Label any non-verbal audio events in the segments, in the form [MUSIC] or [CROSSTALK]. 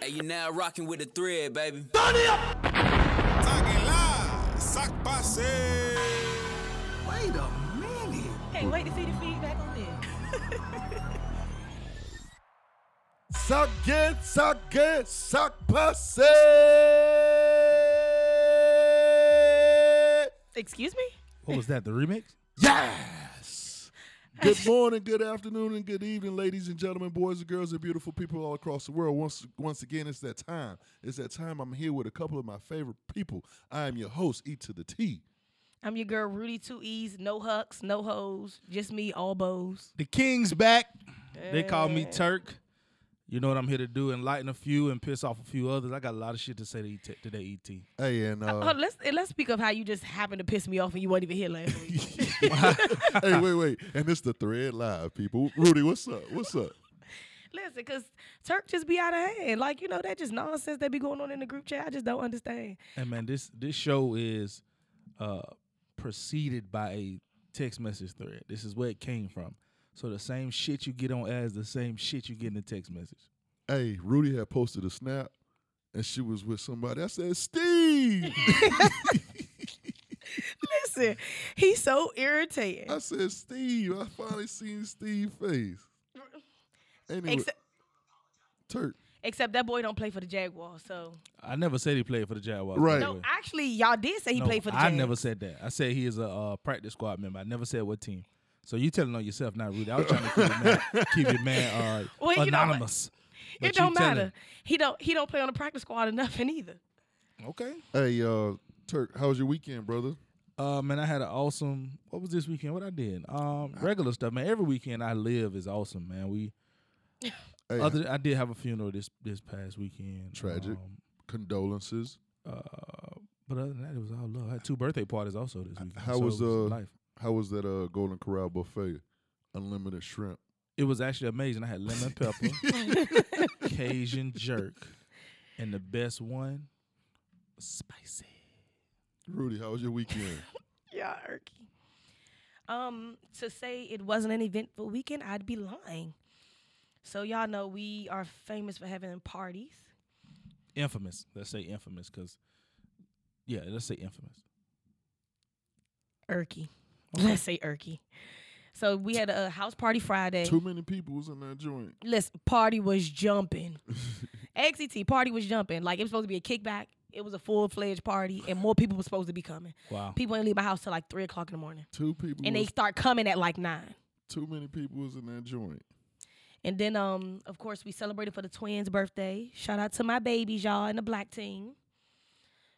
Hey, you now rocking with the thread, baby. Wait a minute. Can't wait to see the feedback on this. Suck it, suck it, suck pussy. Excuse me? What was that? The remix? Yes. Good morning, good afternoon, and good evening, ladies and gentlemen, boys and girls, and beautiful people all across the world. Once, once again, it's that time. It's that time. I'm here with a couple of my favorite people. I am your host, E to the T. I'm your girl Rudy Two E's, no hucks, no hoes, just me, all bows. The King's back. They call me Turk. You know what I'm here to do? Enlighten a few and piss off a few others. I got a lot of shit to say to E- today, ET. Hey, and uh, Hold on, let's eh, let's speak of how you just happened to piss me off and you weren't even here last week. [LAUGHS] hey, wait, wait, and it's the thread live, people. Rudy, what's up? What's up? Listen, because Turk just be out of hand. Like, you know, that just nonsense that be going on in the group chat. I just don't understand. And man, this this show is uh preceded by a text message thread. This is where it came from. So the same shit you get on as the same shit you get in the text message. hey, Rudy had posted a snap and she was with somebody. I said, Steve. Listen, he's so irritating. [LAUGHS] I said, Steve. I finally seen Steve's face. Anyway, Except, Turk. except that boy don't play for the Jaguars, so I never said he played for the Jaguars. Right. by the no, way. actually, y'all did say he No, played for the I Jaguars. never said that. I said he is a uh, practice squad member. I never said what team. So you telling on yourself, not Rudy. I was trying to keep your man, [LAUGHS] keep your man uh, Well, you know what? anonymous. It But you don't matter. telling- He don't he don't play on the practice squad or nothing either. Okay. Hey, uh, Turk, how was your weekend, brother? Uh, man, I had an awesome. What was this weekend? What I did? Um, regular stuff, man. Every weekend I live is awesome, man. We Hey, other I did have a funeral this this past weekend. Tragic. Um, condolences. uh, but other than that, it was all love. I had two birthday parties also this weekend. how so was, it uh, life? How was that uh, Golden Corral buffet? Unlimited shrimp. It was actually amazing. I [LAUGHS] had lemon pepper, [LAUGHS] [LAUGHS] Cajun jerk, and the best one, spicy. Rudy, how was your [LAUGHS] weekend? Yeah, irky. Um, to say it wasn't an eventful weekend, I'd be lying. So y'all know we are famous for having parties. Infamous. Let's say infamous, cause yeah, let's say infamous. Irky. [LAUGHS] Let's say irky. So we had a house party Friday. Too many people was in that joint. Listen, party was jumping. [LAUGHS] XET party was jumping. Like it was supposed to be a kickback. It was a full fledged party, and more people were supposed to be coming. Wow. People didn't leave my house till like three o'clock in the morning, Two people. and they was, start coming at like nine. too many people was in that joint. And then, um, of course, we celebrated for the twins' birthday. Shout out to my babies, y'all, and the black team.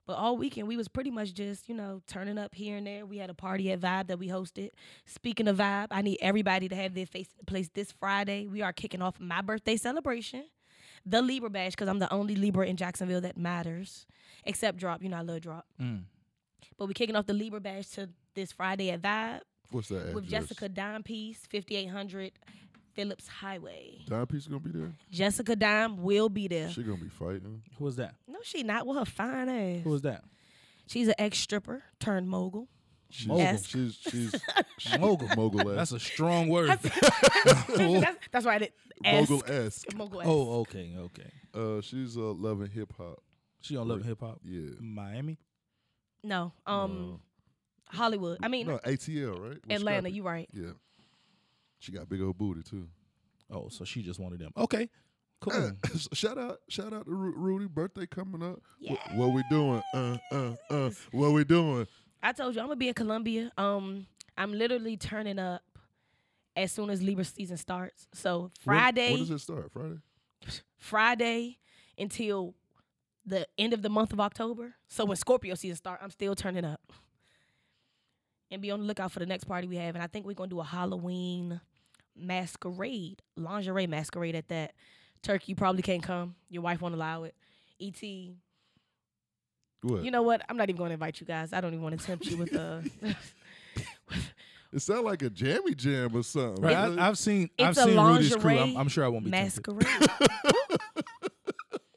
But all weekend, we was pretty much just, you know, turning up here and there. We had a party at Vibe that we hosted. Speaking of Vibe, I need everybody to have their face in place this Friday. We are kicking off my birthday celebration, the Libra Bash, because I'm the only Libra in Jacksonville that matters, except Drop. You know, I love Drop. Mm. But we're kicking off the Libra Bash to this Friday at Vibe What's that? with address? Jessica Dime Piece, 5800 Phillips Highway. Dime Piece gonna be there. Jessica Dime will be there. She gonna be fighting. Who was that? no, she not with her fine ass. Who was that? She's an ex stripper turned mogul. She's, Mogul. She's she's [LAUGHS] Mogul. mogul ass. That's a strong word. that's, [LAUGHS] that's why I did. mogul ass. Mogul ass. oh, okay, okay. Uh, she's uh loving hip hop. She on Love and Hip Hop, Yeah. Miami. No, um, Hollywood. I mean, Uh, No, ATL, right? With Atlanta. Scrappy. You right. Yeah. She got big old booty too. Oh, so she just wanted them. Okay, Uh, cool. Hmm. [LAUGHS] shout out, shout out to Ru- Rudy. Birthday coming up. Wh- What, we doing? Uh, uh, uh. What we doing? I told you I'm gonna be in Columbia. Um, I'm literally turning up as soon as Libra season starts. So When- Friday, When, does it start? Friday. Friday until the end of the month of October. So when Scorpio season start, I'm still turning up. And be on the lookout for the next party we have. And I think we're gonna do a Halloween masquerade, lingerie masquerade at that. Turkey, you probably can't come. Your wife won't allow it. ET, you What? know what? I'm not even gonna invite you guys. I don't even want to tempt you with [LAUGHS] uh it sounds like a jammy jam or something. Right, Really? I, I've seen, I've It's a seen Rudy's crew. lingerie I'm, I'm sure I won't be [LAUGHS] tempted. masquerade.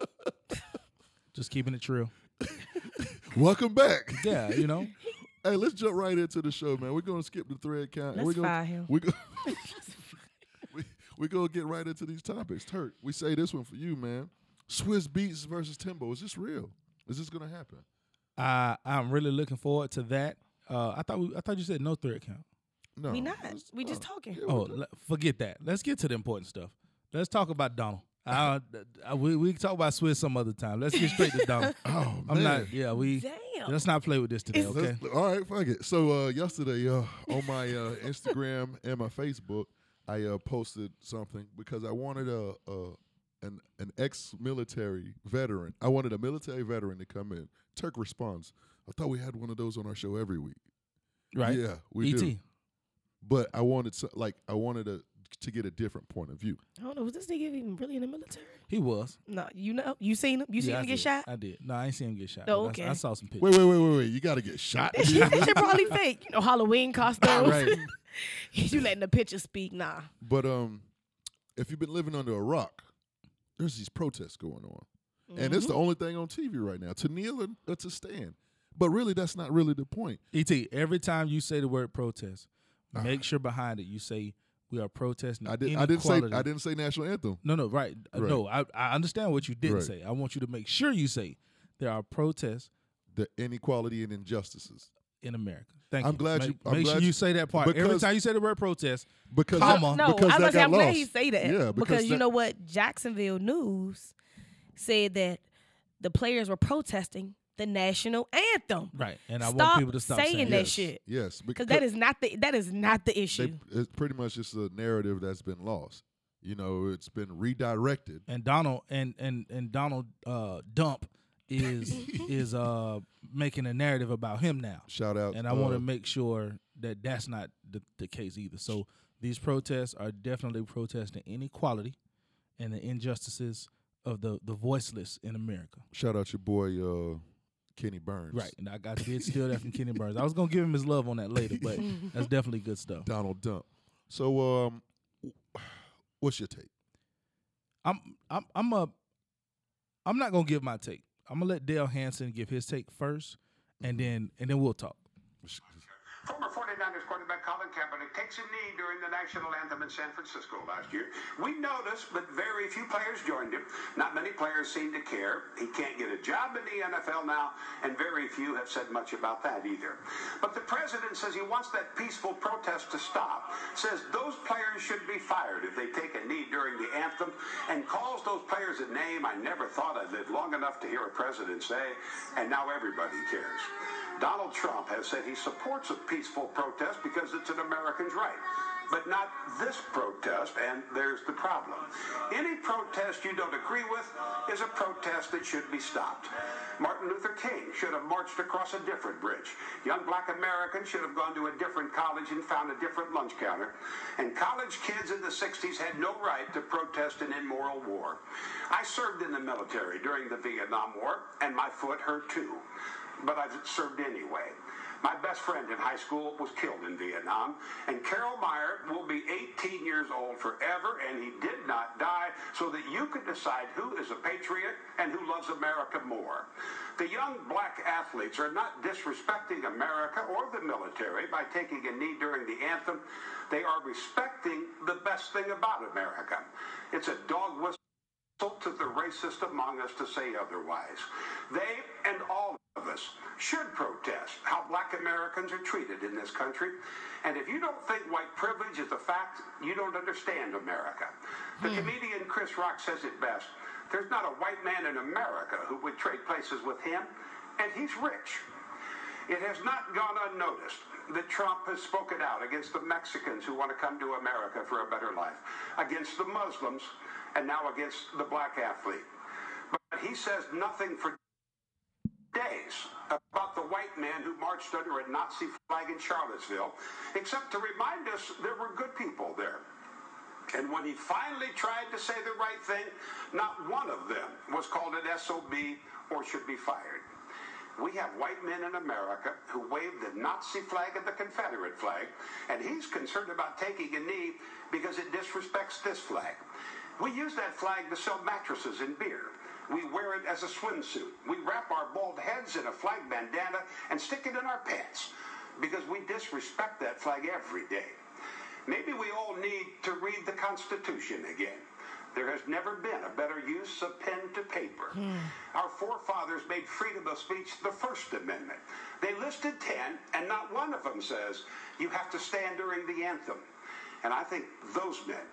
[LAUGHS] Just keeping it true. Welcome back. Yeah, you know. Hey, let's jump right into the show, man. We're gonna skip the thread count. Let's we're gonna, fire him. We're [LAUGHS] gonna, we, we're gonna get right into these topics. Turk, we say this one for you, man. Swiss Beats versus Timbo. Is this real? Is this gonna happen? I I'm really looking forward to that. Uh, I thought we, I thought you said no threat count. No, we not. it's- uh, We just no. talking. Yeah, Oh, we're le- forget that. Let's get to the important stuff. Let's talk about Donald. I, I- we we can talk about Swiss some other time. Let's get straight to Donald. Oh, man. I'm not. Yeah, we. Damn. Let's not play with this today. It's- Okay. Let's- all right, fuck it. So uh, yesterday, uh, on my uh, Instagram and my Facebook, I uh, posted something because I wanted a, a an an ex-military veteran. I wanted a military veteran to come in. Turk responds. I thought we had one of those on our show every week. Right. E Yeah, we Et. do. But I wanted so, like I wanted a, to get a different point of view. I don't know. Was this nigga even really in the military? He was. No, you know, you seen him. You seen Yeah, him I get did. shot. I did. No, I ain't seen him get shot. Oh, but I s- okay. I, saw some pictures. Wait, wait, wait, wait, wait. You got to get [LAUGHS] shot. That shit, that shit probably fake. You know, Halloween costumes. [LAUGHS] right. [LAUGHS] you letting the picture speak? Nah. But um, if you've been living under a rock, there's these protests going on, and Mm-hmm. it's the only thing on TV right now to kneel or, or to stand. But really, that's not really the point. Et. E Every time you say the word protest, make sure behind it you say we are protesting. Uh-huh. I didn't. I didn't say. inequality." I didn't say national anthem. No, no, right. Uh, Right. No, I, I understand what you didn't Right. say. I want you to make sure you say there are protests The inequality and injustices. in America. Thank I'm you. glad make, you- I'm make sure glad you you- say that part every because- time you say the word protest. Because Comma. No, because I that was gonna say, got I'm glad he lost. say that. Yeah, because, because you that- know what, Jacksonville News said that the players were protesting the national anthem. Right, and I stop want people to stop saying, saying that yes, shit Yes, because that is not the that is not the they, issue. it's pretty much just a narrative that's been lost. You know, it's been redirected. And Donald and and and Donald uh, Dump [LAUGHS] is is uh, making a narrative about him now, Shout out. and I uh, want to make sure that that's not the, the case either. So these protests are definitely protesting inequality and the injustices of the the voiceless in America. shout out your boy uh, Kenny Burns. Right, and I, I did steal that from Kenny Burns. I was gonna give him his love on that later, but that's definitely good stuff. Donald Dump. So, um, what's your take? I'm I'm I'm a I'm not gonna give my take. I'm gonna let Dale Hansen give his take first, and then and then we'll talk. Former 49ers quarterback Colin Kaepernick takes a knee during the national anthem in San Francisco last year. We noticed, but very few players joined him. Not many players seem to care. He can't get a job in the NFL now, and very few have said much about that either. But the president says he wants that peaceful protest to stop, says those players should be fired if they take a knee during the anthem, and calls those players a name I never thought I'd live long enough to hear a president say, and now everybody cares. Donald Trump has said he supports a peaceful protest because it's an American's right. But not this protest, and there's the problem. Any protest you don't agree with is a protest that should be stopped. Martin Luther King should have marched across a different bridge. Young black Americans should have gone to a different college and found a different lunch counter. And college kids in the 60s had no right to protest an immoral war. I served in the military during the Vietnam War, and my foot hurt too but I've served anyway. My best friend in high school was killed in Vietnam, and Carol Meyer will be 18 years old forever, and he did not die, so that you can decide who is a patriot and who loves America more. The young black athletes are not disrespecting America or the military by taking a knee during the anthem. They are respecting the best thing about America. It's a dog whistle insult to the racist among us to say otherwise. They and all of us should protest how black Americans are treated in this country. And if you don't think white privilege is a fact, you don't understand America. The comedian Chris Rock says it best. There's not a white man in America who would trade places with him, and he's rich. It has not gone unnoticed that Trump has spoken out against the Mexicans who want to come to America for a better life, against the Muslims, and now against the black athlete. But he says nothing for days about the white man who marched under a Nazi flag in Charlottesville, except to remind us there were good people there. And when he finally tried to say the right thing, not one of them was called an SOB or should be fired. We have white men in America who wave the Nazi flag and the Confederate flag, and he's concerned about taking a knee because it disrespects this flag. We use that flag to sell mattresses and beer. We wear it as a swimsuit. We wrap our bald heads in a flag bandana and stick it in our pants because we disrespect that flag every day. Maybe we all need to read the Constitution again. There has never been a better use of pen to paper. Our forefathers made freedom of speech the First Amendment. They listed 10, and not one of them says you have to stand during the anthem. And I think those men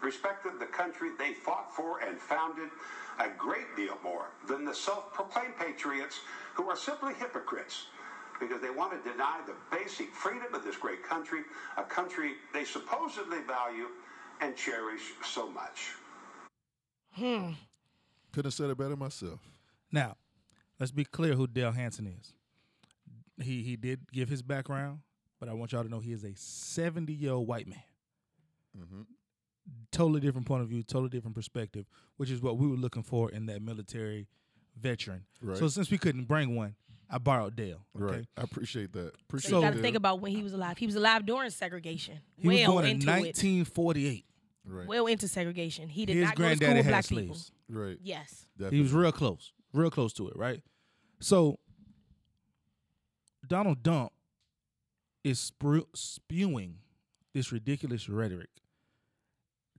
respected the country they fought for and founded a great deal more than the self proclaimed patriots who are simply hypocrites because they want to deny the basic freedom of this great country, a country they supposedly value and cherish so much. Couldn't have said it better myself. Now, let's be clear who Dale Hansen is. He he did give his background, but I want y'all to know he is a 70 year old white man. Mm-hmm. Totally different point of view, totally different perspective, which is what we were looking for in that military veteran. Right. So since we couldn't bring one, I borrowed Dale. Okay? Right. I appreciate that. Appreciate So- you got to that. think about when he was alive. He was alive during segregation. He well was born in into it. 1948. Right. Well into segregation. He did His not go to school granddaddy with had black slaves. people. right. Yes. He was Definitely. real close, real close to it, right? So Donald Trump is spru- spewing this ridiculous rhetoric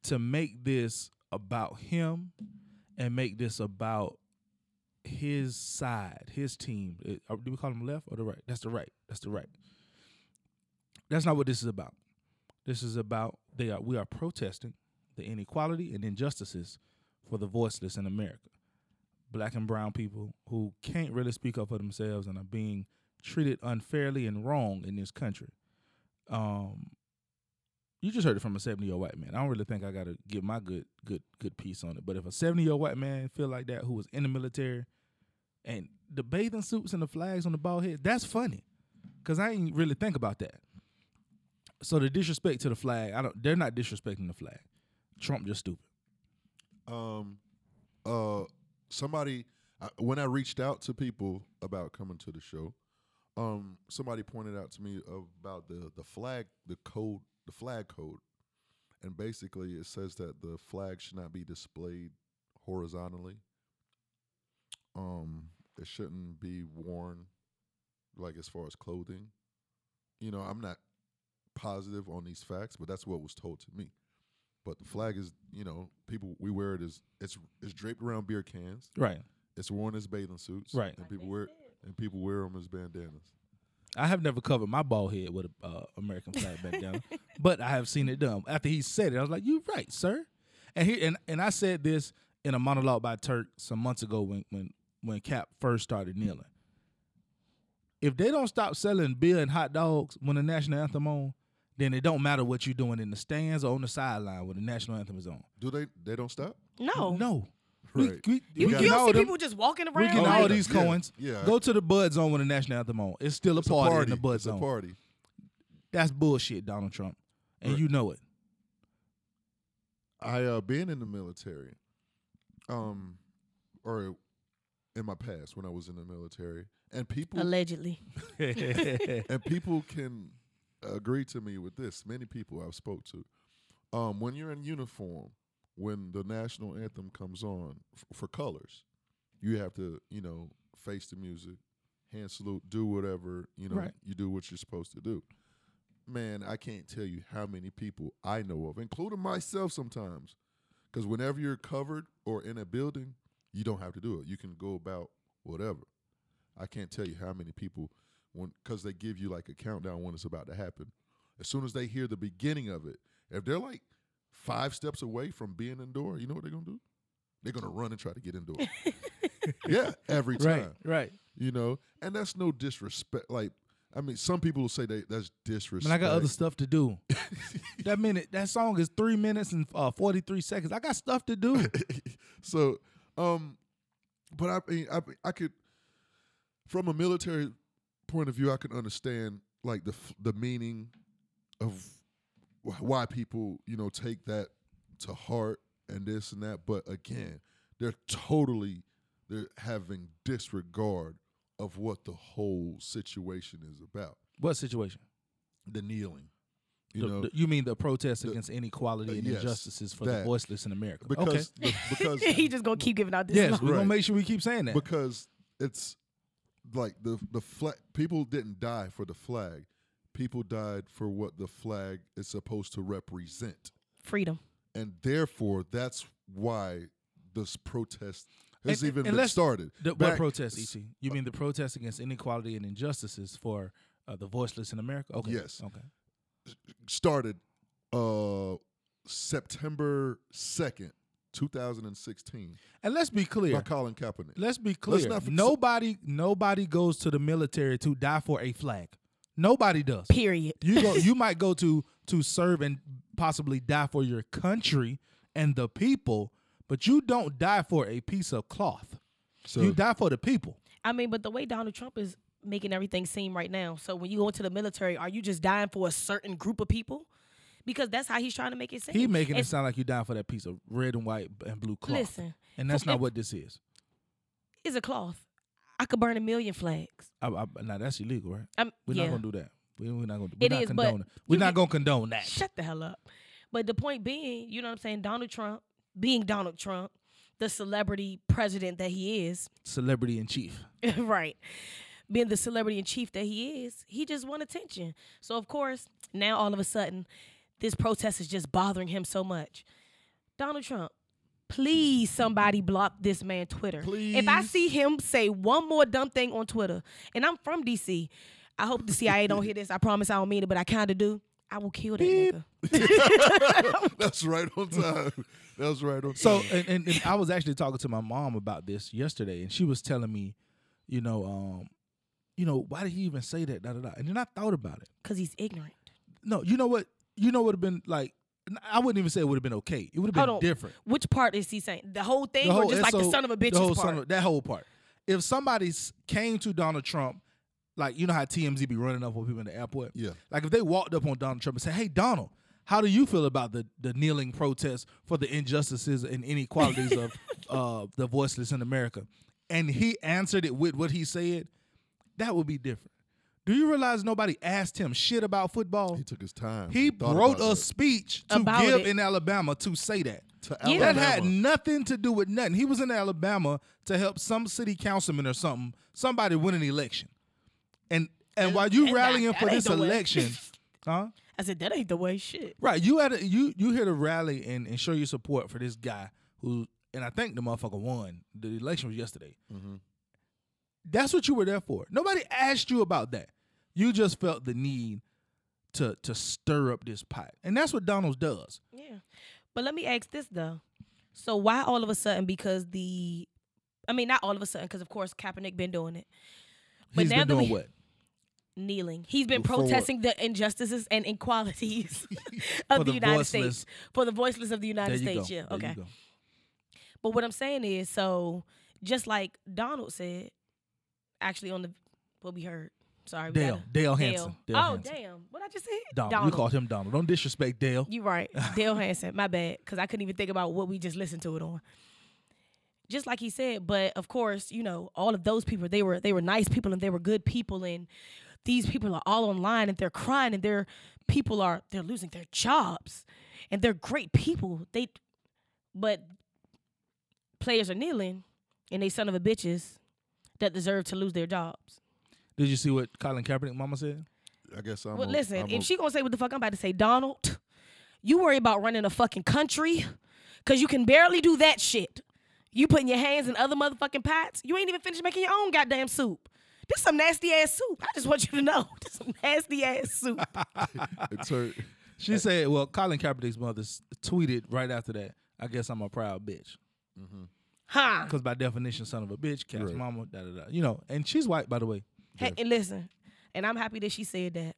to make this about him and make this about his side, his team. It- uh, do we call him left or the right? That's the right. That's the right. That's not what this is about. This is about they are we are protesting the inequality and injustices for the voiceless in America black and brown people who can't really speak up for themselves and are being treated unfairly and wrong in this country. Um, you just heard it from a seventy year old white man. I don't really think I got to give my good good good piece on it. But if a seventy year old white man feel like that who was in the military and the bathing suits and the flags on the bald head, that's funny because I ain't really think about that. So the disrespect to the flag, I don't. They're not disrespecting the flag. Trump just stupid. um uh somebody I, when I reached out to people about coming to the show, um somebody pointed out to me about the the flag the code the flag code. And basically it says that the flag should not be displayed horizontally. Um it shouldn't be worn like as far as clothing. You know, I'm not positive on these facts, but that's what was told to me but the flag is you know people we wear it as it's it's draped around beer cans Right. it's worn as bathing suits Right. and people wear and people wear them as bandanas I have never covered my bald head with a uh, American flag [LAUGHS] back down, but I have seen it done. After he said it, I was like, "You're right, sir." And he and, and I said this in a monologue by Turk some months ago when when when Cap first started kneeling. If they don't stop selling beer and hot dogs when the national anthem on, then it don't matter what you're doing in the stands or on the sideline when the national anthem is on. do they they don't stop No. No, Right. we, we, Oh. You, we you can don't all see them- people just walking we around. can like- all [LAUGHS] these Yeah, coins. yeah. Go to the Bud Zone when the national anthem on. It's still a it's party, a party in the Bud it's Zone. a party That's bullshit, Donald Trump. And Right. you [LAUGHS] know it. i uh been in the military um or in my past when i was in the military and people Allegedly. and people can agree to me with this. Many people I've spoke to, um, when you're in uniform, when the national anthem comes on f- for colors, you have to, you know, face the music, hand salute, do whatever, you know, Right. you do what you're supposed to do. Man, I can't tell you how many people I know of, including myself sometimes, because whenever you're covered or in a building, you don't have to do it. You can go about whatever. I can't tell you how many people when because they give you like a countdown when it's about to happen. As soon as they hear the beginning of it, if they're like five steps away from being indoor, you know what they're gonna do? They're gonna run and try to get indoor. yeah, every time. right. You know, and that's no disrespect. Like, I mean, some people will say they, that's disrespect. Man, I got other stuff [LAUGHS] to do. that minute, that song is three minutes and uh, forty three seconds. I got stuff to do. [LAUGHS] so um but I, mean, I I could from a military point of view I can understand like the f- the meaning of wh- why people you know take that to heart and this and that but again they're totally they're having disregard of what the whole situation is about what situation? the kneeling you The- the- know mean the protest the- against inequality and yes, injustices for the that. voiceless in America? okay. because the- because [LAUGHS] [LAUGHS] he just gonna keep giving out this. Yes, long- we're gonna Right. make sure we keep saying that. because it's like the the flag. People didn't die for the flag. People died for what the flag is supposed to represent, Freedom. and therefore that's why this protest has And- even and been let's- started. The, what Back- protest, E ET? You mean the protest against inequality and injustices for uh, the voiceless in America? Okay. Yes. Okay. started uh September 2nd, 2016 And let's be by clear. Colin Kaepernick. Let's be clear. not for- nobody, nobody goes to the military to die for a flag. Nobody does. Period. You go. you might go to to serve and possibly die for your country and the people, but you don't die for a piece of cloth. So [LAUGHS] you die for the people. I mean, but the way Donald Trump is making everything seem right now. So when you go into the military, are you just dying for a certain group of people? Because that's how he's trying to make it seem. He making it And sound like you die for that piece of red and white b- and blue cloth. Listen, and that's for- not if- what this is. It's a cloth. I could burn a million flags. I, I- now that's illegal, right? I'm, We're yeah. not gonna do that. We, we're not gonna. We're It not is, but condoning. We're you not get- gonna condone that. Shut the hell up. But the point being, you know what I'm saying? Donald Trump, being Donald Trump, the celebrity president that he is, Celebrity in chief. [LAUGHS] right? Being the celebrity in chief that he is, he just want attention. So of course, now all of a sudden, this protest is just bothering him so much. Donald Trump, please somebody block this man Twitter. If I Please. see him say one more dumb thing on Twitter, and I'm from DC, I hope the CIA don't hear this. I promise I don't mean it, but I kind of do. I will kill that nigga. that's right on time. that's right on time. [LAUGHS] So, and, and, and I was actually talking to my mom about this yesterday, and she was telling me, you know, um, you know, why did he even say that? Da, da, da. And then I thought about it. Cause he's ignorant. No, you know what? You know what would have been like. n- I wouldn't even say it would have been okay. It would have Hold been on. different. Which part is he saying? The whole thing, The or whole- just and like the so son of a bitch whole part? son of- that whole part. If somebody s- came to Donald Trump, like you know how TMZ be running up on people in the airport. Yeah. Like if they walked up on Donald Trump and said, "Hey, Donald." How do you feel about the, the kneeling protest for the injustices and [LAUGHS] inequalities of uh, the voiceless in America? And he answered it with what he said. That would be different. Do you realize nobody asked him shit about football? he took his time. He thought wrote about a that. speech to About give it. in Alabama to say that. To Yeah. That had Alabama. nothing to do with nothing. He was in Alabama to help some city councilman or something, somebody win an election. And and, while you and rallying that- for that this ain't the way. [LAUGHS] election, huh? I said that ain't the way. Shit. Right. You had a, you you here to rally and, and show your support for this guy who and I think the motherfucker won. The election was yesterday. That's what you were there for. Nobody asked you about that. You just felt the need to to stir up this pot. And that's what Donald does. Yeah. But let me ask this though. So why all of a sudden? Because the, I mean, not all of a sudden, because of course Kaepernick been doing it, But He's now been that doing we- what? kneeling. He's been For what? protesting the injustices and inequalities of [LAUGHS] the, For the United voiceless. States for the voiceless of the United There you go. States. Yeah. There you Okay. go. But what I'm saying is, so just like Donald said, actually on the what we heard. Sorry, we Dale. gotta- Dale Hansen. Dale oh Hansen. damn! What I just said? Donald. We called him Donald. Don't disrespect Dale. You right, Dale Hansen. My bad, because I couldn't even think about what we just listened to it on. Just like he said, but of course, you know, all of those people, they were they were nice people and they were good people, and these people are all online and they're crying and their people are they're losing their jobs, and they're great people. They, but players are kneeling, and they son of a bitches that deserve to lose their jobs. Did you see what Colin Kaepernick mama said? I guess I'm. well, a- listen, I'm if a- she gonna say what the fuck I'm about to say, Donald, you worry about running a fucking country, cause you can barely do that shit. You putting your hands in other motherfucking pots. You ain't even finished making your own goddamn soup. This some nasty ass soup. I just want you to know. [LAUGHS] This some nasty ass soup. it [LAUGHS] turned- She said, well, Colin Kaepernick's mother s- tweeted right after that, I guess I'm a proud bitch. Huh. Because by definition, son of a bitch, cat's Right. mama, da da da. You know, and she's white, by the way. Hey, and listen, and I'm happy that she said that.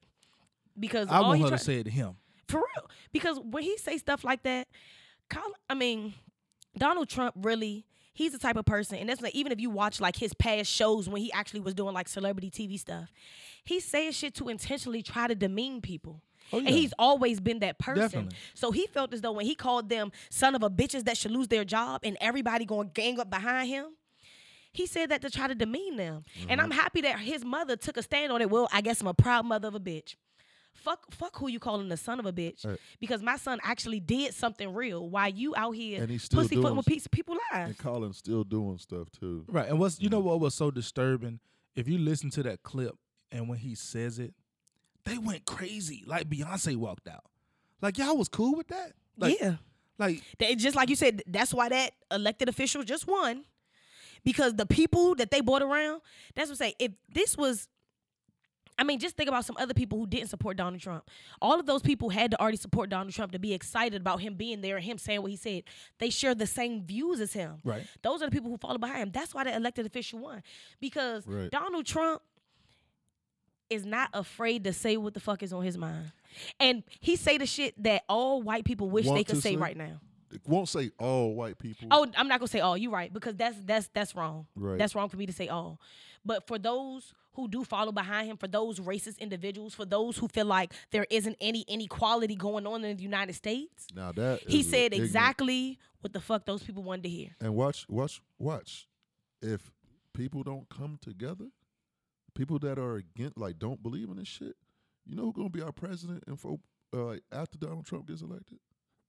Because I all want you her try- to say it to him. For real. Because when he say stuff like that, Col- I mean, Donald Trump really, he's the type of person, and that's like even if you watch like his past shows when he actually was doing like celebrity TV stuff, he's saying shit to intentionally try to demean people. Oh, yeah. And he's always been that person. Definitely. So he felt as though when he called them son of a bitches that should lose their job and everybody going to gang up behind him, he said that to try to demean them. Mm-hmm. And I'm happy that his mother took a stand on it. Well, I guess I'm a proud mother of a bitch. Fuck, fuck who you calling the son of a bitch? Right. Because my son actually did something real. While you out here And he's still pussyfooting doing with s- piece, people lives. and Colin's still doing stuff too. Right. And what's, you know what was so disturbing? If you listen to that clip and when he says it, they went crazy. Like Beyonce walked out. Like, y'all was cool with that? Like, yeah, Like That, just like you said, that's why that elected official just won. Because the people that they brought around, that's what I'm saying. If this was, I mean, just think about some other people who didn't support Donald Trump. All of those people had to already support Donald Trump to be excited about him being there and him saying what he said. They share the same views as him. Right. Those are the people who follow behind him. That's why the elected official won. Because Right. Donald Trump is not afraid to say what the fuck is on his mind. And he say the shit that all white people wish they Want could to say say? right now. It won't say all white people. Oh, I'm not gonna say all. You're right because that's that's that's wrong. Right. That's wrong for me to say all. But for those who do follow behind him, for those racist individuals, for those who feel like there isn't any inequality going on in the United States, now that he is a said ignorant- exactly what the fuck those people wanted to hear. And watch, watch, watch. If people don't come together, people that are against, like, don't believe in this shit, you know who's gonna be our president? And for uh, like, after Donald Trump gets elected,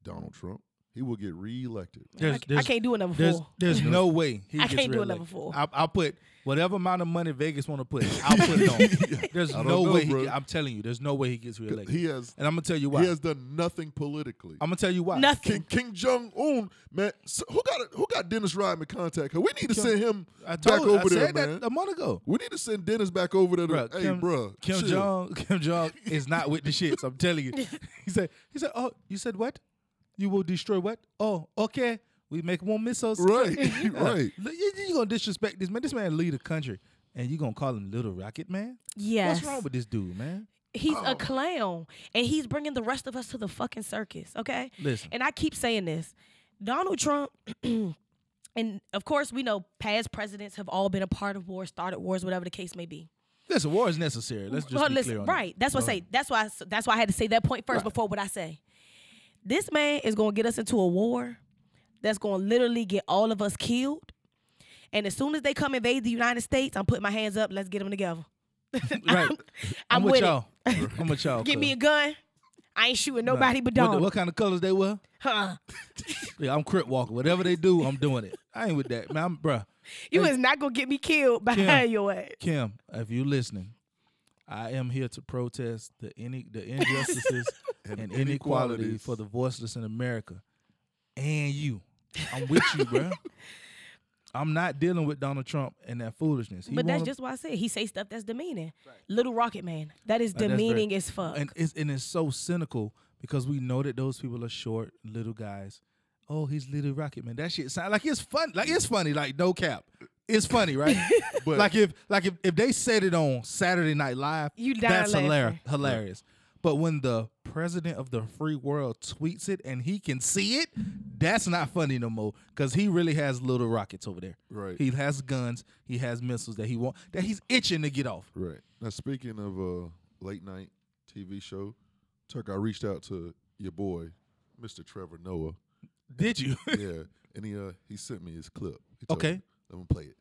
Donald Trump, he will get reelected. [LAUGHS] there's, I, c- I there's, can't do another there's, fool. there's no way he I gets can't do reelected. another fool. I, I'll put whatever amount of money Vegas want to [LAUGHS] put, I'll put it on. There's I don't no know, way. He, bro. get- I'm telling you, there's no way he gets reelected. He has, and I'm gonna tell you why. he has done nothing politically. I'm gonna tell you why. King Nothing. King Jong Un, man, so who got who got Dennis Rodman contact? 'Cause we need to send him I told back you, over I there, said man. that a month ago. we need to send Dennis back over there. To, Bruh, hey, bro, Kim Jong, [LAUGHS] Kim Jong is not with the shits. I'm [LAUGHS] telling you. He said, he said, oh, you said what? You will destroy what? Oh, okay. We make more missiles. Right, [LAUGHS] Yeah. right. Look, You, you gonna disrespect this man? This man lead the country, and you gonna call him Little Rocket Man? Yes. [LAUGHS] What's wrong with this dude, man? He's Oh. a clown, and he's bringing the rest of us to the fucking circus. Okay. Listen. And I keep saying this, Donald Trump. [CLEARS THROAT] And of course, we know past presidents have all been a part of wars, started wars, whatever the case may be. Listen, war is necessary. Let's just Well, be listen, clear on that. right? That's what I say. That's why. I s- That's why I had to say that point first before what I say. This man is gonna get us into a war that's gonna literally get all of us killed. And as soon as they come invade the United States, I'm putting my hands up. Let's get them together. Right. [LAUGHS] I'm I'm, with with it. [LAUGHS] y'all. I'm with y'all. Give cuz. me a gun. I ain't shooting Nah. nobody but What the- Donald. what kind of colors they wear? Huh. Yeah, I'm crip walking. Whatever they do, I'm doing it. I ain't with that, man. I'm, bruh. You Hey. is not gonna get me killed behind [LAUGHS] Yeah. your ass. Kim, if you listening, I am here to protest the any the injustices [LAUGHS] and, And inequality inequalities. for the voiceless in America, and you. I'm with you, bro. [LAUGHS] I'm not dealing with Donald Trump and that foolishness. He But that's wanna- just why I said he say stuff that's demeaning. Little Rocket Man, that is like, Uh, that's very- demeaning as fuck. and it's and it's so cynical because we know that those people are short, little guys. Oh, he's little rocket man. That shit sound like it's fun. Like it's funny. Like no cap, it's funny, [LAUGHS] right? But- like if like if, if they said it on Saturday Night Live, You die that's hilarious. laughing. Hilarious. But when the president of the free world tweets it and he can see it, that's not funny no more because he really has little rockets over there. Right. He has guns. He has missiles that he want that he's itching to get off. Right. Now, speaking of uh, late night TV show, Turk, I reached out to your boy, Mr. Trevor [LAUGHS] Noah. Did you? [LAUGHS] yeah, and he uh, he sent me his clip. He told Okay. me- let me play it.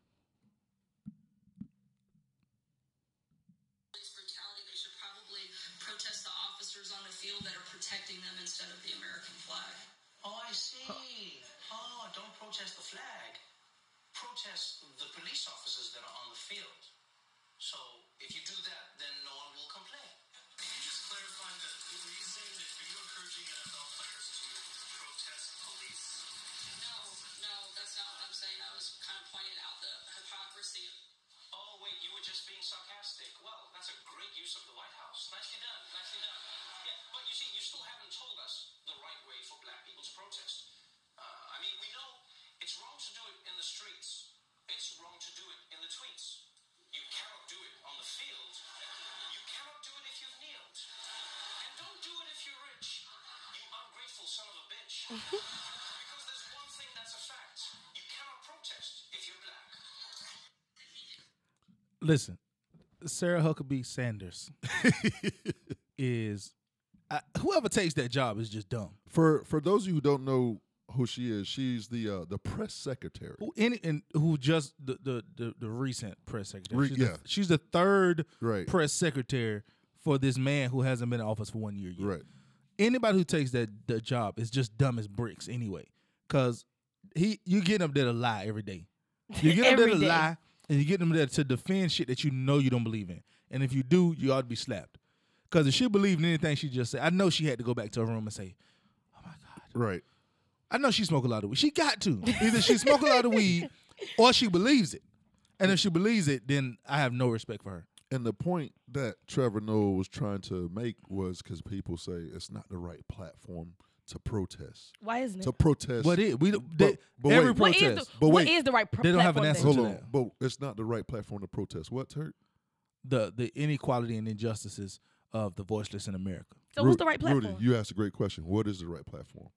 police brutality, they should probably protest the officers on the field that are protecting them instead of the American flag. Oh, I see. Oh, don't protest the flag. Protest the police officers that are on the field. So if you do that, then no one will complain. Can you just clarify that? Were you saying that are you encouraging NFL players to protest police? No, no, that's not what I'm saying. I was kind of pointing out the hypocrisy. Oh, wait, you were just being sarcastic. Well, that's a great use of the White House. Nicely done, nicely done. Yeah, but you see, you still haven't told us the right way for black people to protest. Uh, I mean, we know it's wrong to do it in the streets. It's wrong to do it in the tweets. You cannot do it on the field. You cannot do it if you've kneeled. And don't do it if you're rich. You ungrateful son of a bitch. because there's one thing that's a fact. You cannot protest if you're black. listen, Sarah [LAUGHS] Huckabee Sanders is I, whoever takes that job is just dumb. For for those of you who don't know who she is, she's the uh, the press secretary. Who any and who just the the the, the recent press secretary? Re- she's, yeah. the, she's the third Right. press secretary for this man who hasn't been in office for one year yet. Right. Anybody who takes that the job is just dumb as bricks anyway, because he you get up there to lie every day. [LAUGHS] You get up there Every to day. lie, and you get them there to defend shit that you know you don't believe in. And if you do, you ought to be slapped. Because if she believed in anything she just said, I know she had to go back to her room and say, Right. I know she smoke a lot of weed. She got to. Either she smoke a lot [LAUGHS] of weed or she believes it. And if she believes it, then I have no respect for her. And the point that Trevor Noah was trying to make was because people say it's not the right platform to protest. Why isn't it? To protest. But it we don't- they- But- but every wait. What is the, protest. But what wait, is the right pr- they don't have an platform answer then? Hold to on. that. But it's not the right platform to protest. What, Turk? the the inequality and injustices of the voiceless in America. So Ru- who's the right platform? Rudy, you asked a great question. What is the right platform?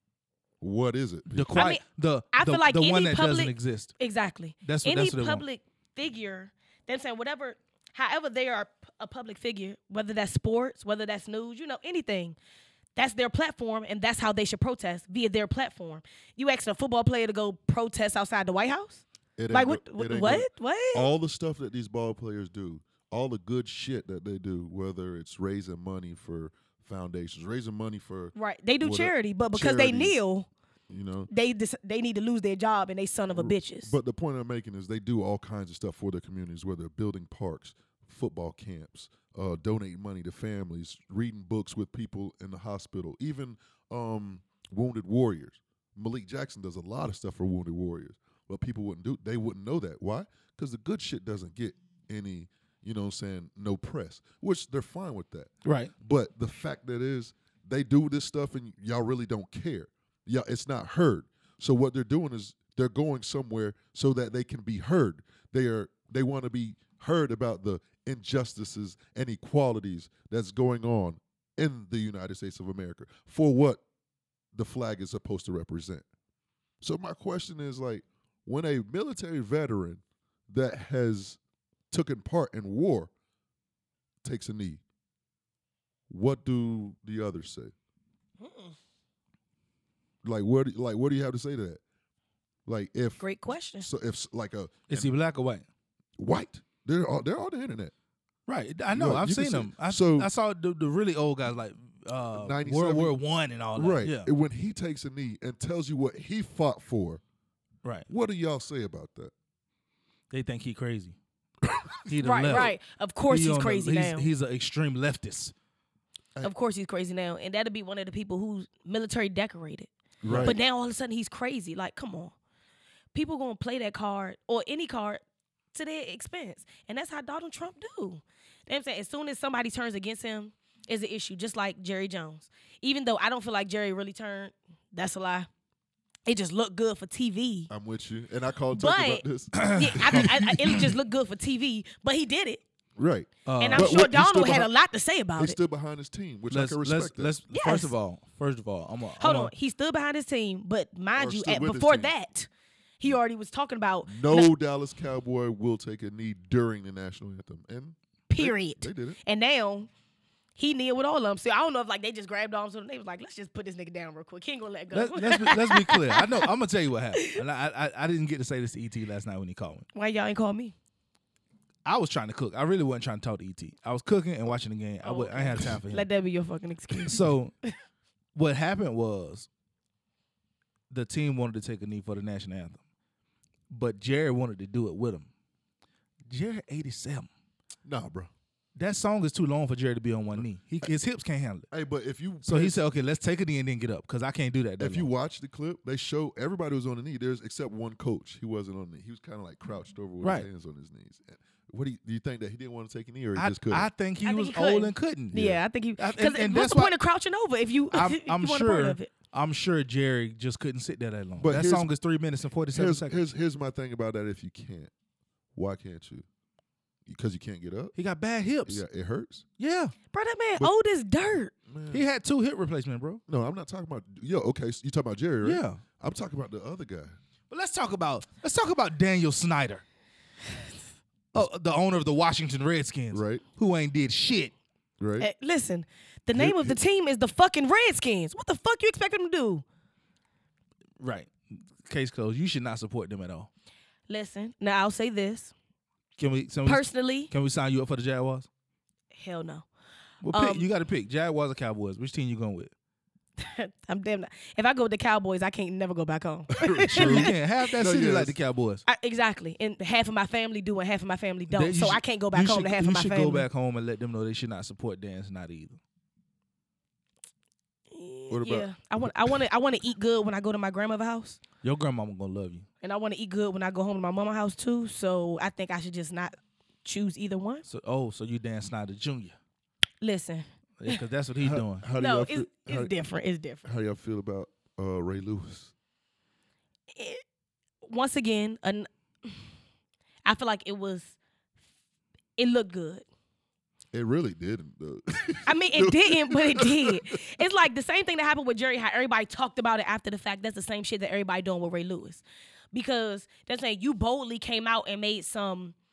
What is it? The people? quiet, mean, the I the, feel like the any one that doesn't public- exist. Exactly. That's what- any that's what they want. public figure. Them saying whatever, however they are p- a public figure, whether that's sports, whether that's news, you know anything. That's their platform, and that's how they should protest via their platform. You asking a football player to go protest outside the White House? It ain't Like go- what? it What? ain't go- What? what? all the stuff that these ball players do, all the good shit that they do, whether it's raising money for foundations, raising money for Right. They do What a- charity, but because charities. they kneel, you know. they dis- they need to lose their job, and they son of a bitches. But the point I'm making is they do all kinds of stuff for their communities, whether building parks, football camps, uh, donate money to families, reading books with people in the hospital, even um, wounded warriors. Malik Jackson does a lot of stuff for wounded warriors, but people wouldn't do. They wouldn't know that. Why? Because the good shit doesn't get any. You know what I'm saying? No press, which they're fine with that. Right. But the fact that is, they do this stuff and y'all really don't care. Y'all, it's not heard. So what they're doing is they're going somewhere so that they can be heard. They are they want to be heard about the injustices and equalities that's going on in the United States of America for what the flag is supposed to represent. So my question is like when a military veteran that has taken part in war takes a knee, what do the others say? Like what? do- Like what do you have to say to that? Like if Great question. so if s- like a Is he black or white? white, they're all, they're on the internet. Right. I know. Right, I've you can seen see- them. I, so- I saw the, the really old guys like uh, World 97 War One and all that. Right. Yeah. And When he takes a knee and tells you what he fought for, right. what do y'all say about that? They think he [LAUGHS] crazy. he the Right, left. right. Of course He he's on the- crazy he's, now. He's an extreme leftist. Of course he's crazy now, and that'll be one of the people who's military decorated. Right. But now all of a sudden he's crazy. Like, come on. People gonna play that card or any card to their expense. And that's how Donald Trump do. You know what I'm saying? As soon as somebody turns against him, is an issue, just like Jerry Jones. Even though I don't feel like Jerry really turned, that's a lie. It just looked good [LAUGHS] for TV. I'm with you, and I called Tucker But about this. [CLEARS THROAT] yeah, I mean, I, I, it just looked good for TV, but he did it. right. Uh, and I'm But Uh, what- sure he stood Donald had a behind- lot to say He about it. stood behind his team, which Let's I can let's respect. let's, that. Yes. first of all, first of all, I'm a, Hold I'm a- on. He stood behind his team, but mind Or you, stood at, with his before team. that, he already was talking about no, Dallas Cowboy will take a knee during the national anthem, and period. they did it. And now he kneeled with all of them. So I don't know if like they just grabbed arms and they was like, let's just put this nigga down real quick. He ain't gonna let go. [LAUGHS] Let's, let's, be, let's be clear. I know. I'm gonna tell you what happened. And I, I I didn't get to say this to Et last night when he called me. Why y'all ain't call me? I was trying to cook. I really wasn't trying to talk to Et. I was cooking and watching the game. I, wa- I ain't had time for him. Oh, Let that be your fucking [LAUGHS] excuse. so, what happened was, the team wanted to take a knee for the national anthem, but Jerry wanted to do it with him. Jerry 87. Nah, bro. That song is too long for Jerry to be on one knee. He, his hips can't handle it. Hey, but if you So he said, "Okay, let's take a knee and then get up because I can't do that." that If you long." watch the clip, they show everybody was on the knee. There's except one coach. He wasn't on the knee. He was kind of like crouched over with Right. his hands on his knees. And what do you, do you think that he didn't want to take a knee or he I, just couldn't? I think he I think was he old couldn't. and couldn't. Yeah, I think you. I- Because and- and that's what's the why- point of crouching over if you? [LAUGHS] I'm, if I'm you want a part sure. of it? I'm sure Jerry just couldn't sit there that long. But that here's- song is three minutes and forty seven here's, seconds. here's here's my thing about that. If you can't, why can't you? Because you can't get up. he got bad hips. Yeah, Yeah, it hurts. Bro, that man old as dirt. he had two hip replacement, bro. No, I'm not talking about. Yo, okay, so you talking about Jerry? Right? Yeah. I'm talking about the other guy. But let's talk about let's talk about Daniel Snyder, oh, the owner of the Washington Redskins, Right. Who ain't did shit. Right. Eh, listen, the name of the team is the fucking Redskins. What the fuck you expect them to do? Right. Case closed. You should not support them at all. Listen, now I'll say this Can we? Can we, personally. can we sign you up for the Jaguars? Hell no. [LAUGHS] Well, pick, Um, you got to pick Jaguars or Cowboys. Which team you going with? I'm damn. Not. If I go with the Cowboys, I can't never go back [LAUGHS] home. you can't have that No, city yes. like the Cowboys. I, exactly. And half of my family do and half of my family That don't. you So should- I can't go back you home should- to half you of my should family. go back home and let them know they should not support Dan Snyder either. What about- yeah, I want I want to I want to eat good when I go to my grandmother's house, Your grandmama gonna love you. and I want to eat good when I go home to my mama's house too. So I think I should just not choose either one. So oh, so you Dan Snyder Jr. Listen, Because [LAUGHS] that's what he's doing. How do no, y'all it's feel, it's how, different. It's different. how y'all feel about uh, Ray Lewis? it, once again, an, [SIGHS] I feel like it was, it looked good. It really didn't. Though. I mean, it didn't, but it did. It's like the same thing that happened with Jerry. How everybody talked about it after the fact. That's the same shit that everybody doing with Ray Lewis, because they're saying you boldly came out and made some [LAUGHS]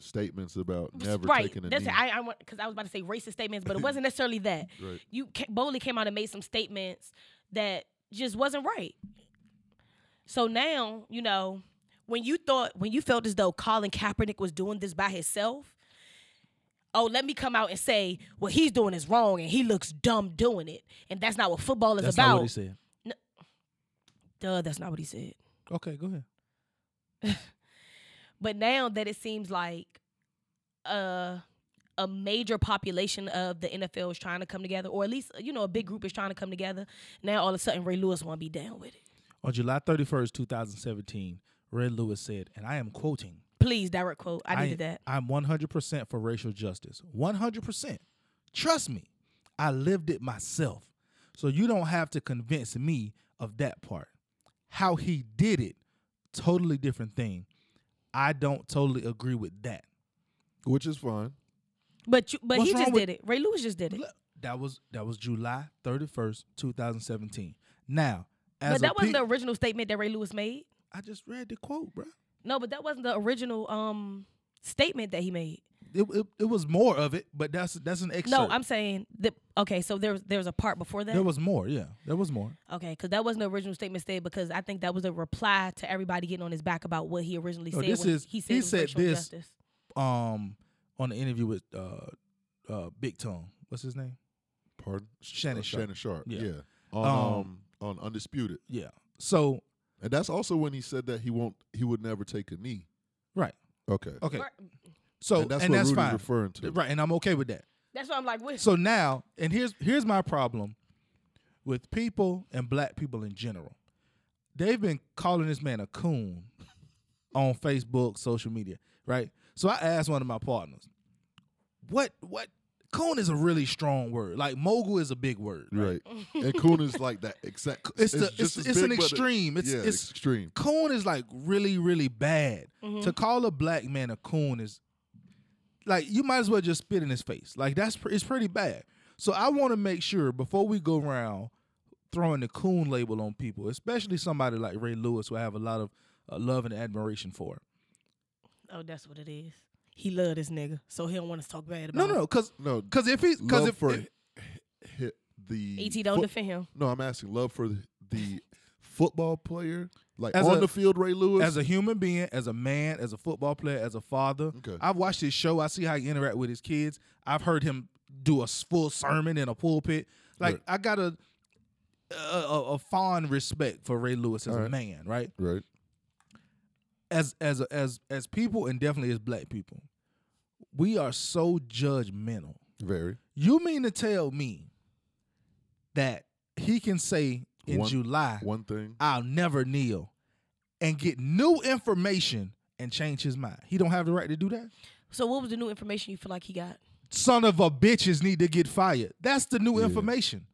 Statements about never right. taking a That's knee. I, I want because I was about to say racist statements, but it wasn't necessarily [LAUGHS] that. Right. You ca- boldly came out and made some statements that just wasn't right. So now you know when you thought when you felt as though Colin Kaepernick was doing this by himself. Oh, let me come out and say what he's doing is wrong, and he looks dumb doing it, and that's not what football is That's about. not what he said. Duh, that's not what he said. Okay, go ahead. But now that it seems like uh, a major population of the NFL is trying to come together, or at least you know a big group is trying to come together, now all of a sudden Ray Lewis want to be down with it. On July 31st, 2017, Red Lewis said, and I am quoting, Please direct quote. I needed that. I'm 100% for racial justice. 100%. Trust me, I lived it myself. So you don't have to convince me of that part. How he did it, totally different thing. I don't totally agree with that. Which is fine. But you, but What's he wrong just with- did it. Ray Lewis just did it. Look, That was that was July 31st, 2017. Now, as But that a pe- wasn't the original statement that Ray Lewis made. I just read the quote, bro. No, but that wasn't the original um statement that he made. It, it, it was more of it, but that's that's an excerpt. No, I'm saying that. Okay, so there's there's a part before that. there was more, yeah. There was more. Okay, because that wasn't the original statement said because I think that was a reply to everybody getting on his back about what he originally No, said. this when is- he said, he it was said racial this- Justice. um on the interview with uh uh Big Tone. What's his name? Oh, Pardon? Shannon Uh, Sharp. Shannon Sharp. Yeah. Yeah. On, Um, um, on Undisputed. Yeah. So And that's also when he said that he won't he would never take a knee. right. Okay. Okay. Right. So And that's and what that's Rudy's fine. referring to. Right, and I'm okay with that. That's why I'm like, what? So now, and here's here's my problem with people and black people in general. They've been calling this man a coon on Facebook, social media, right? So I asked one of my partners, "What what coon is a really strong word. Like mogul is a big word, right? Right. [LAUGHS] and Coon is like that exact. It's the- it's- just as it's an big, but it- extreme. It's- yeah, it's- extreme. coon is like really really bad to call a black man a coon is like you might as well just spit in his face like that's pre- it's pretty bad so i want to make sure before we go around throwing the coon label on people especially somebody like ray lewis who i have a lot of uh, love and admiration for oh, that's what it is. He love this nigga, so he don't want us to talk bad about. no no him. no because No, because if he's because love if, for if- hit the Et E don't foot- defend him. No, I'm asking love for the, the football player, like As on a- the field, Ray Lewis. as a human being as a man as a football player as a father Okay. i've watched his show i see how he interact with his kids i've heard him do a s- full sermon in a pulpit like Right. i got a a, a a fond respect for ray lewis as All a right. man right right. as as as as people and definitely as black people we are so judgmental Very. you mean to tell me that he can say in One- july One thing. I'll never kneel and get new information and change his mind. He don't have the right to do that. So what was the new information you feel like he got? Son of a bitches need to get fired. That's the new information.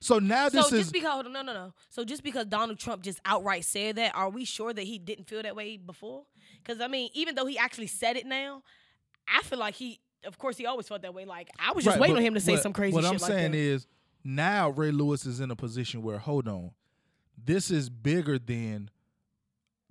So now So this just is because hold on, no no no. So just because Donald Trump just outright said that, are we sure that he didn't feel that way before? Because I mean, even though he actually said it now, I feel like he, of course, he always felt that way. Like I was just Right, waiting but on him to say what- some crazy. What shit I'm like saying that. is now Ray Lewis is in a position where hold on, this is bigger than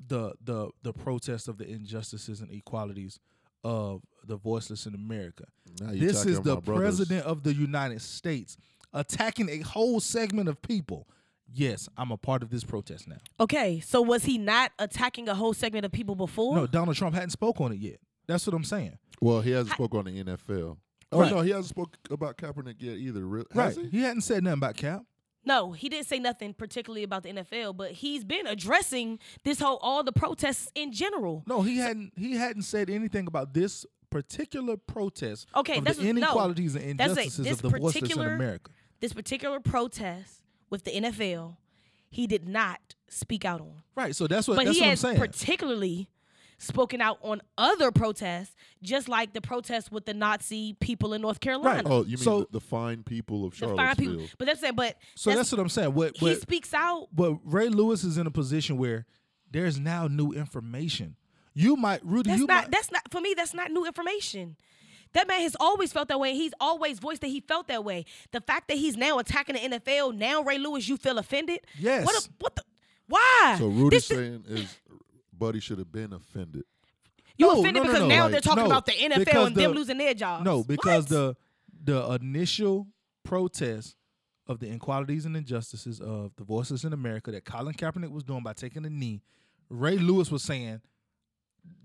the the the protest of the injustices and equalities of the voiceless in America. Now you This talking is the about brothers. president of the United States attacking a whole segment of people. Yes, I'm a part of this protest now. Okay, so was he not attacking a whole segment of people before? No, Donald Trump hadn't spoke on it yet. That's what I'm saying. Well, he hasn't spoke on the NFL. Oh Right. no, he hasn't spoke about Kaepernick yet either. Re- Right. has He? he? hadn't said nothing about Cap. No, he didn't say nothing particularly about the NFL, but he's been addressing this whole all the protests in general. No, he hadn't he hadn't said anything about this particular protest Okay, of that's the no. inequalities and That's a- injustices this of the voiceless in particular- America. this particular protest with the NFL, he did not speak out on. Right. So that's what But that's he what I'm has saying. particularly spoken out on other protests, just like the protests with the Nazi people in North Carolina. Oh, you mean So- the, the fine people of The fine people, Charlottesville? but that's it. But so that's, that's, what I'm saying. What, he what speaks out. but Ray Lewis is in a position where there's now new information. You might Rudy, That's you not. might That's not for me. That's not new information. That man has always felt that way. and He's always voiced that he felt that way. The fact that he's now attacking the NFL now, Ray Lewis, you feel offended? Yes. What? A, what the? Why? So Rudy's This- this- saying is Buddy should have been offended. you No, offended no, no, because no, now like, they're talking no, about the NFL because and them the- losing their jobs. no, because What? the the initial protest of the inequalities and injustices of the voices in America that Colin Kaepernick was doing by taking a knee, Ray Lewis was saying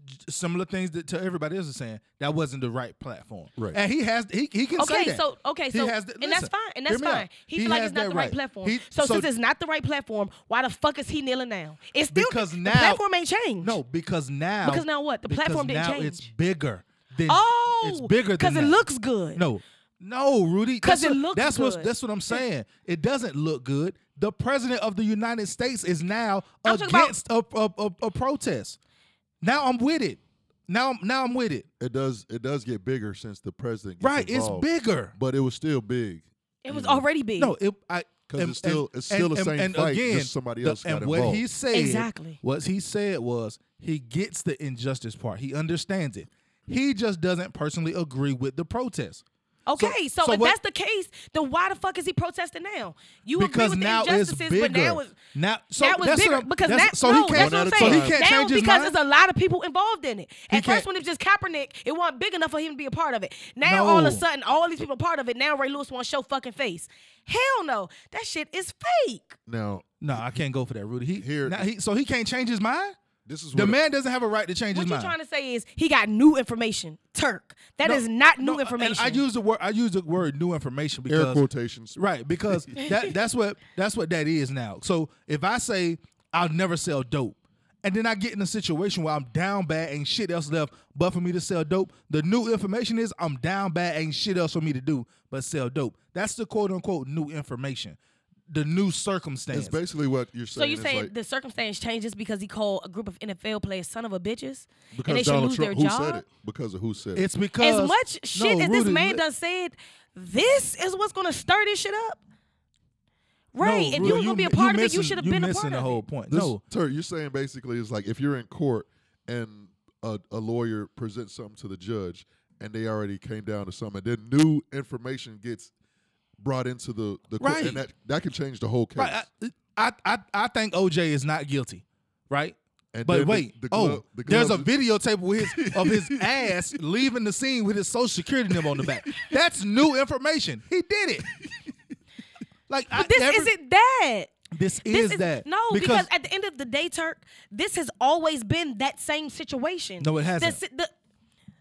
j- similar things that to everybody else is saying that wasn't the right platform. Right. And he has he, he can say Okay, that. so okay, He so has the- and that's listen, fine, and hear that's me out. fine. He, feel like has it's not that the right, platform. He- so, since it's not the right platform, why the fuck is he kneeling now? It's still because the now platform ain't changed. No, because now Because now what? The because platform didn't now It's change. bigger than Oh, it's bigger than because it that. looks good. No, no, Rudy, 'Cause that's it what- looks That's what good. that's what I'm saying. It doesn't look good. The president of the United States is now I'm talking about- against a, a, a a protest. Now I'm with it. Now I'm now I'm with it. It does it does get bigger since the president. Gets Right? involved, It's bigger. but it was still big. it was already big. No, it I 'Cause and- it's still- and- it's still the and- same and fight, again, just somebody the- else got and what involved. he said Exactly. What he said was he gets the injustice part. He understands it. He just doesn't personally agree with the protest. Okay, so, so if what- that's the case, then why the fuck is he protesting now? You because agree with now the it's injustices, bigger. but now it's now, so now it's that's bigger what I'm- because that's- that, so no, he can't, that's what I'm at a saying. So he time. can't now change his because mind. it's a lot of people involved in it. He At first, can't- when it was just Kaepernick, it wasn't big enough for him to be a part of it. Now all of a No. sudden, all these people part of it. Now Ray Lewis want to show fucking face. Hell no, that shit is fake. Now no, I can't go for that, Rudy. He, Here- Here, now he, so he can't change his mind. this is The what man doesn't have a right to change What his you mind. trying to say is he got new information, Turk. That No, is not new no, and information. I use the word. I use the word new information air because quotations. [LAUGHS] Right, because that that's what that's what that is now. So if I say I'll never sell dope, and then I get in a situation where I'm down bad, ain't shit else left but for me to sell dope. The new information is I'm down bad, ain't shit else for me to do but sell dope. That's the quote unquote new information, the new circumstance. It's basically what you're so saying. you It's saying like, the circumstance changes because he called a group of NFL players son of a bitches, and they because should Donald lose Trump, their who job? said it? Because of who said it? It's because as much shit no, as this Rudy, man li- done said, this is what's gonna stir this shit up. no, Right. if Rudy, you were gonna be a mi- part of it, missing- you should have you been a missing part the of whole it. point. This- no, Turk, you're saying basically it's like if you're in court and a, a lawyer presents something to the judge and they already came down to something, then new information gets brought into the, the court, Right. and that, that can change the whole case. right? I, I I I think OJ is not guilty, right? And but then the- wait, the oh, glove- the there's a gloves- videotape with his, of his [LAUGHS] ass leaving the scene with his social security number on the back. That's new information. He [LAUGHS] did it. Like I, But this every- isn't that. This This is that. no because, at the end of the day, Turk, this has always been that same situation. No, it The hasn't. si- The,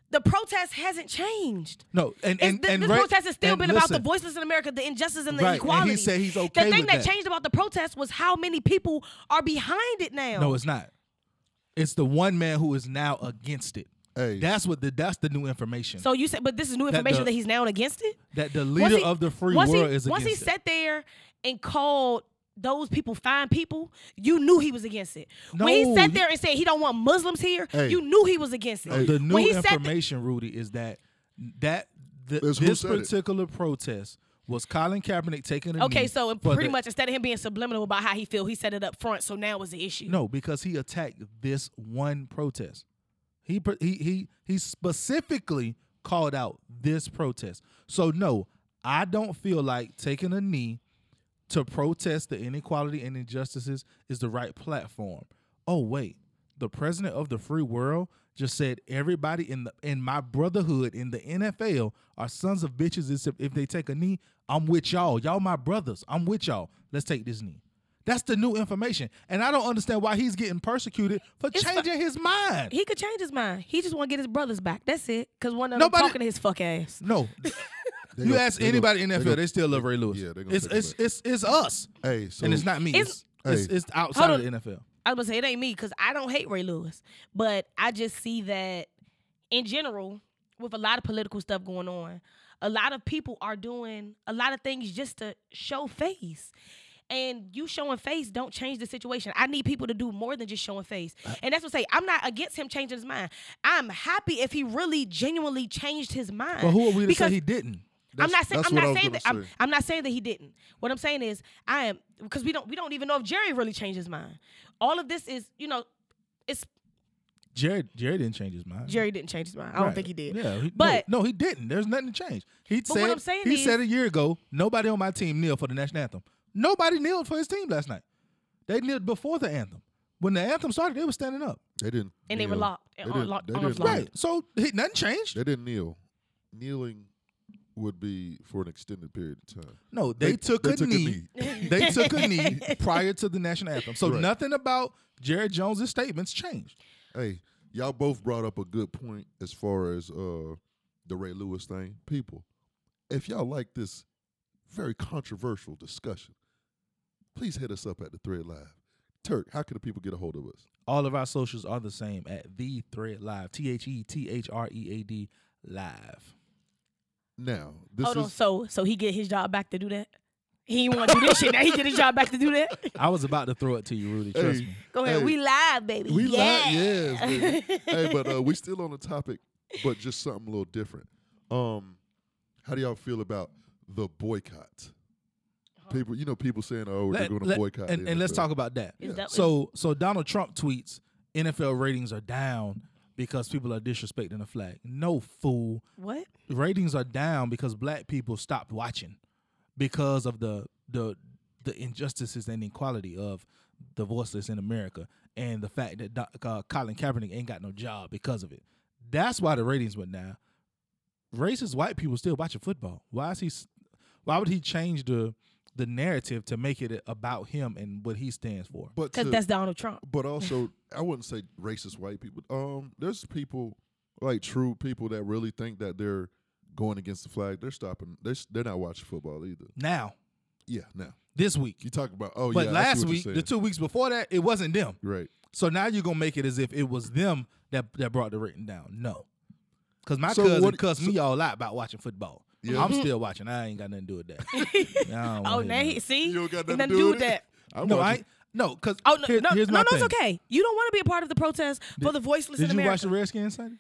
the protest hasn't changed. no, and It's- and, th- and this Ray- protest has still and been about listen, the voiceless in America, the injustice and the Right, and he inequality. said he's okay The thing with that, that. changed about the protest was how many people are behind it now. No, it's not. It's the one man who is now against it. Hey. That's what the that's the new information. so you said, but this is new That information the- that he's now against it. that the Once leader he- of the free once world he, is once he against it. sat there and called those people fine people you knew he was against it when No, he sat you- there and said he don't want muslims here Hey. you knew he was against it the when new he sat th- information, Rudy, is that that th- Is who this said it? particular protest was Colin Kaepernick taking a okay knee so for pretty the- much instead of him being subliminal about how he feel he set it up front so now is the issue no because he attacked this one protest. He pr- he he he specifically called out this protest. So no, I don't feel like taking a knee to protest the inequality and injustices is the right platform. Oh wait, the president of the free world just said everybody in the in my brotherhood in the NFL are sons of bitches except if they take a knee, I'm with y'all. Y'all my brothers. I'm with y'all. Let's take this knee. That's the new information. And I don't understand why he's getting persecuted for It's fi- changing his mind. he could change his mind he just want to get his brothers back that's it because one of them Nobody- talking to his fuck ass No. [LAUGHS] They you gonna- ask they gonna- anybody in they NFL, gonna- they still love Ray Lewis. Yeah, they gonna it's, take it it's, back. it's, it's us. Hey, so and it's not me. It's, It's- it's, Hey. it's outside of Hold the on. NFL. I was gonna say it ain't me because I don't hate Ray Lewis, but I just see that in general with a lot of political stuff going on, a lot of people are doing a lot of things just to show face. And you showing face don't change the situation. I need people to do more than just showing face. And that's what I say. I'm not against him changing his mind. I'm happy if he really genuinely changed his mind. But who are we to Because- say he didn't? I'm not That's- saying that's I'm what I not was saying gonna that I'm, say. I'm not saying that he didn't. What I'm saying is I am because we don't we don't even know if Jerry really changed his mind. All of this is you know, it's Jared Jared didn't change his mind. Jerry didn't change his mind. I don't Right. think he did. Yeah, he- But- no, no, he didn't. There's nothing to change. He But said what I'm saying he is- said a year ago, nobody on my team kneeled for the national anthem. Nobody kneeled for his team last night. They kneeled before the anthem. When the anthem started, they were standing up. They didn't. And they were kneel. locked They on- didn't- locked- uh, they on didn't the floor. kneel. Right. So he, nothing changed. They didn't kneel. Kneeling would be for an extended period of time. No, they, They- took, they a, took a knee. [LAUGHS] [LAUGHS] they took a knee prior to the national anthem. So Right. nothing about Jared Jones' statements changed. Hey, y'all both brought up a good point as far as uh the Ray Lewis thing. People, if y'all like this very controversial discussion, please hit us up at the Thread Live. Turk, how can the people get a hold of us? All of our socials are the same at the thread live. T H E T H R E A D live. Now, this Hold is on, so so he get his job back to do that? He didn't want to do this shit. Now he get his job back to do that. [LAUGHS] I was about to throw it to you, Rudy. Trust Hey, me. Go ahead. Hey. we live, baby. we yeah. live, yes, [LAUGHS] baby. hey, but uh, we still on the topic, but just something a little different. Um, how do y'all feel about the boycott? People, you know, people saying, "Oh, they're Let- going to let- boycott," And, the and let's NFL. talk about that. Is that- So so Donald Trump tweets NFL ratings are down because people are disrespecting the flag. No fool. What? Ratings are down because black people stopped watching because of the the the injustices and inequality of the voiceless in America and the fact that Doc- uh, Colin Kaepernick ain't got no job because of it. That's why the ratings went down. Racist white people still watching football. Why is he? s- Why would he change the the narrative to make it about him and what he stands for? But Because to- that's Donald Trump. but also I wouldn't say racist white people. Um, there's people like true people that really think that they're going against the flag. They're stopping. They're s- they're not watching football either. Now, Yeah, now this week, you talk about oh but yeah. I see last what you're week, saying. the two weeks before that, it wasn't them. right. So now you're gonna make it as if it was them that that brought the rating down. No, because my So cousin what- cussed me all out about watching football. Yeah. Mm-hmm. I'm still watching. I ain't got nothing to do [LAUGHS] with that. I don't wanna Oh, hear now that. he see. You don't got It nothing to do do with with it. that. I'm no, I watching- ain't- no, because Oh no, no, here's no, my no, it's thing. okay. You don't want to be a part of the protest for the voiceless Did in you watch America. the Redskins Sunday?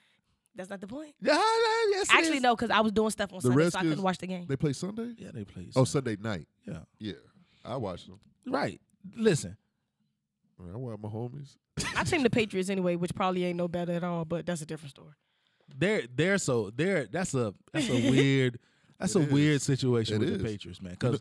That's not the point. Yeah, I- yes, it Actually, is. no, because I was doing stuff on The Sunday, so I Redskins couldn't watch the game. They play Sunday. Yeah, they played. Oh, Sunday. Sunday night. yeah, Yeah, I watched them. right. Listen, I watched my homies. I think the Patriots anyway, which probably ain't no better at all, but that's a different story. they're they're so they're that's a [LAUGHS] that's a weird that's a It is. weird situation It with is. the Patriots, man. Because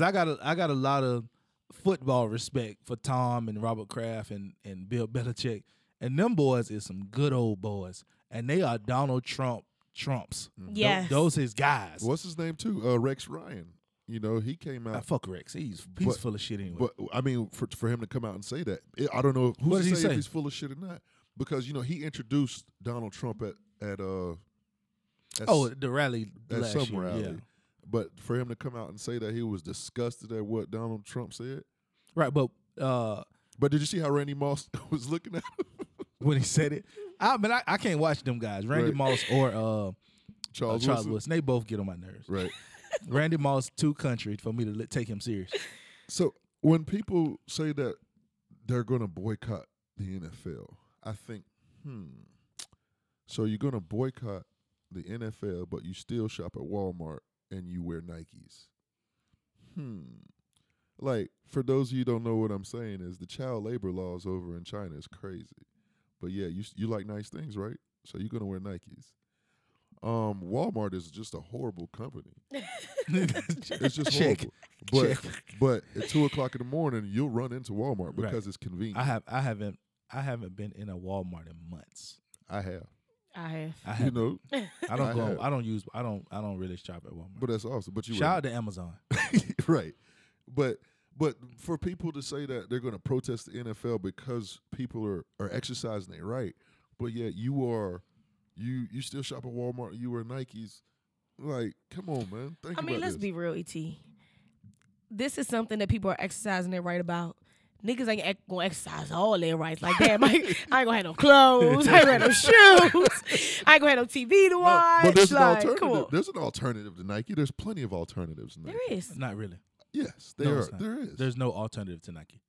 I got a, I got a lot of football respect for Tom and Robert Kraft and and Bill Belichick, and them boys is some good old boys, and they are Donald Trump Trumps. Mm-hmm. Tho- Yes. those his guys. What's his name too? Uh, Rex Ryan. You know he came Ah, out. fuck Rex. He's he's But- full of shit anyway. But I mean, for for him to come out and say that, it, I don't know who's What to did he say, say? if he's full of shit or not. Because you know he introduced Donald Trump at at uh at oh, s- the rally at last some year. rally. Yeah. But for him to come out and say that he was disgusted at what Donald Trump said. Right, but uh, But did you see how Randy Moss [LAUGHS] was looking at him? when he said it, I but I, I can't watch them guys, Randy Right. Moss or uh, Charles, Charles Wilson? Wilson. They both get on my nerves. Right. Randy Moss too country for me to li- take [LAUGHS] him serious. So when people say that they're going to boycott the NFL, I think, hmm. So you're going to boycott the NFL, but you still shop at Walmart and you wear Nikes. Hmm. Like for those of you who don't know what I'm saying is the child labor laws over in China is crazy. But yeah, you s- you like nice things, right? So you're going to wear Nikes. Um, Walmart is just a horrible company. It's [LAUGHS] just Check. horrible. But but at two o'clock in the morning, you'll run into Walmart Right. because it's convenient. I have I haven't I haven't been in a Walmart in months. I have, I have. I you have know, I don't I go have. I don't use I don't I don't really shop at Walmart. but that's awesome. But you Shout out to Amazon. right. [LAUGHS] right, but but for people to say that they're going to protest the NFL because people are are exercising their right, but yet you are you you still shop at Walmart, you wear Nikes. Like, come on, man. Think I mean, about let's this. E be real, Et. This is something that people are exercising their right about Niggas ain't ec- gonna exercise all their rights like that. Like, [LAUGHS] I ain't gonna have no clothes. I ain't gonna have no [LAUGHS] shoes. I ain't gonna have no TV to watch. But there's an like, come alternative. on. There's an alternative to Nike. There's plenty of alternatives. To Nike. There is. Not really. Yes, No, there it's are. not. There is. There's no alternative to Nike.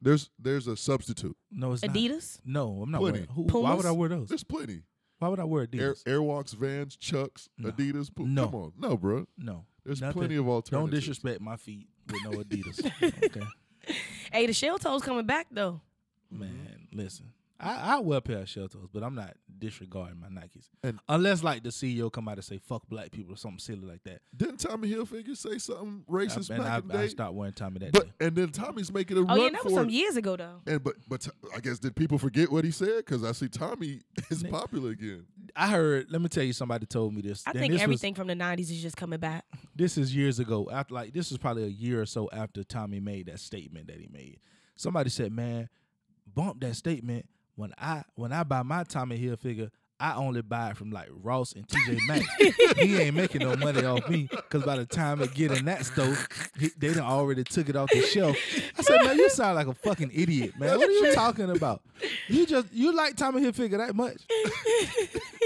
There's there's a substitute. No, it's not. Adidas. No, I'm not Plenty. wearing. Who, why would Pumas? I wear those? There's plenty. Why would I wear Air, Adidas? Airwalks, Vans, Chucks, No. Adidas. Poo- No. Come on, no, bro. no, There's nothing. plenty of alternatives. Don't disrespect my feet with no Adidas. [LAUGHS] okay, Hey, the shell toes coming back though. Mm-hmm. man, listen. I, I wear a pair of shell toes, but I'm not disregarding my Nikes. And- Unless like the CEO come out and say "fuck black people" or something silly like that, Didn't Tommy Hilfiger say something racist and back I, in the I day? stopped wearing Tommy that but day. and then Tommy's making a Oh run yeah, that for was some it. years ago though. And but but t- I guess did people forget what he said? Because I see Tommy [LAUGHS] is popular again. I heard. Let me tell you, somebody told me this. I and think this was- everything from the '90s is just coming back. this is years ago after like this is probably a year or so after tommy made that statement that he made somebody said man bump that statement when i when i buy my tommy hill figure i only buy it from like ross and tj maxx he ain't making no money off me because by the time it get in that store he, they done already took it off the shelf i said man you sound like a fucking idiot man what are you talking about you just you like tommy hill figure that much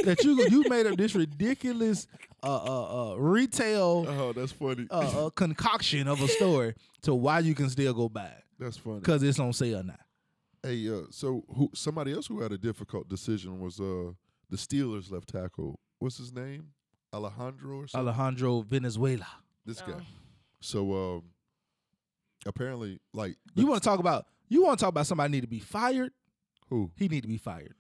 that you you made up this ridiculous uh uh, uh retail Oh, that's funny. a, a concoction of a story to why you can still go buy it [LAUGHS] that's funny. because it's on sale now. Hey, uh, so who somebody else who had a difficult decision was uh the Steelers left tackle. What's his name? Alejandro or something? Alejandro Venezuela. this Oh. guy. So um apparently like You want to talk about you want to talk about somebody need to be fired? who? He need to be fired.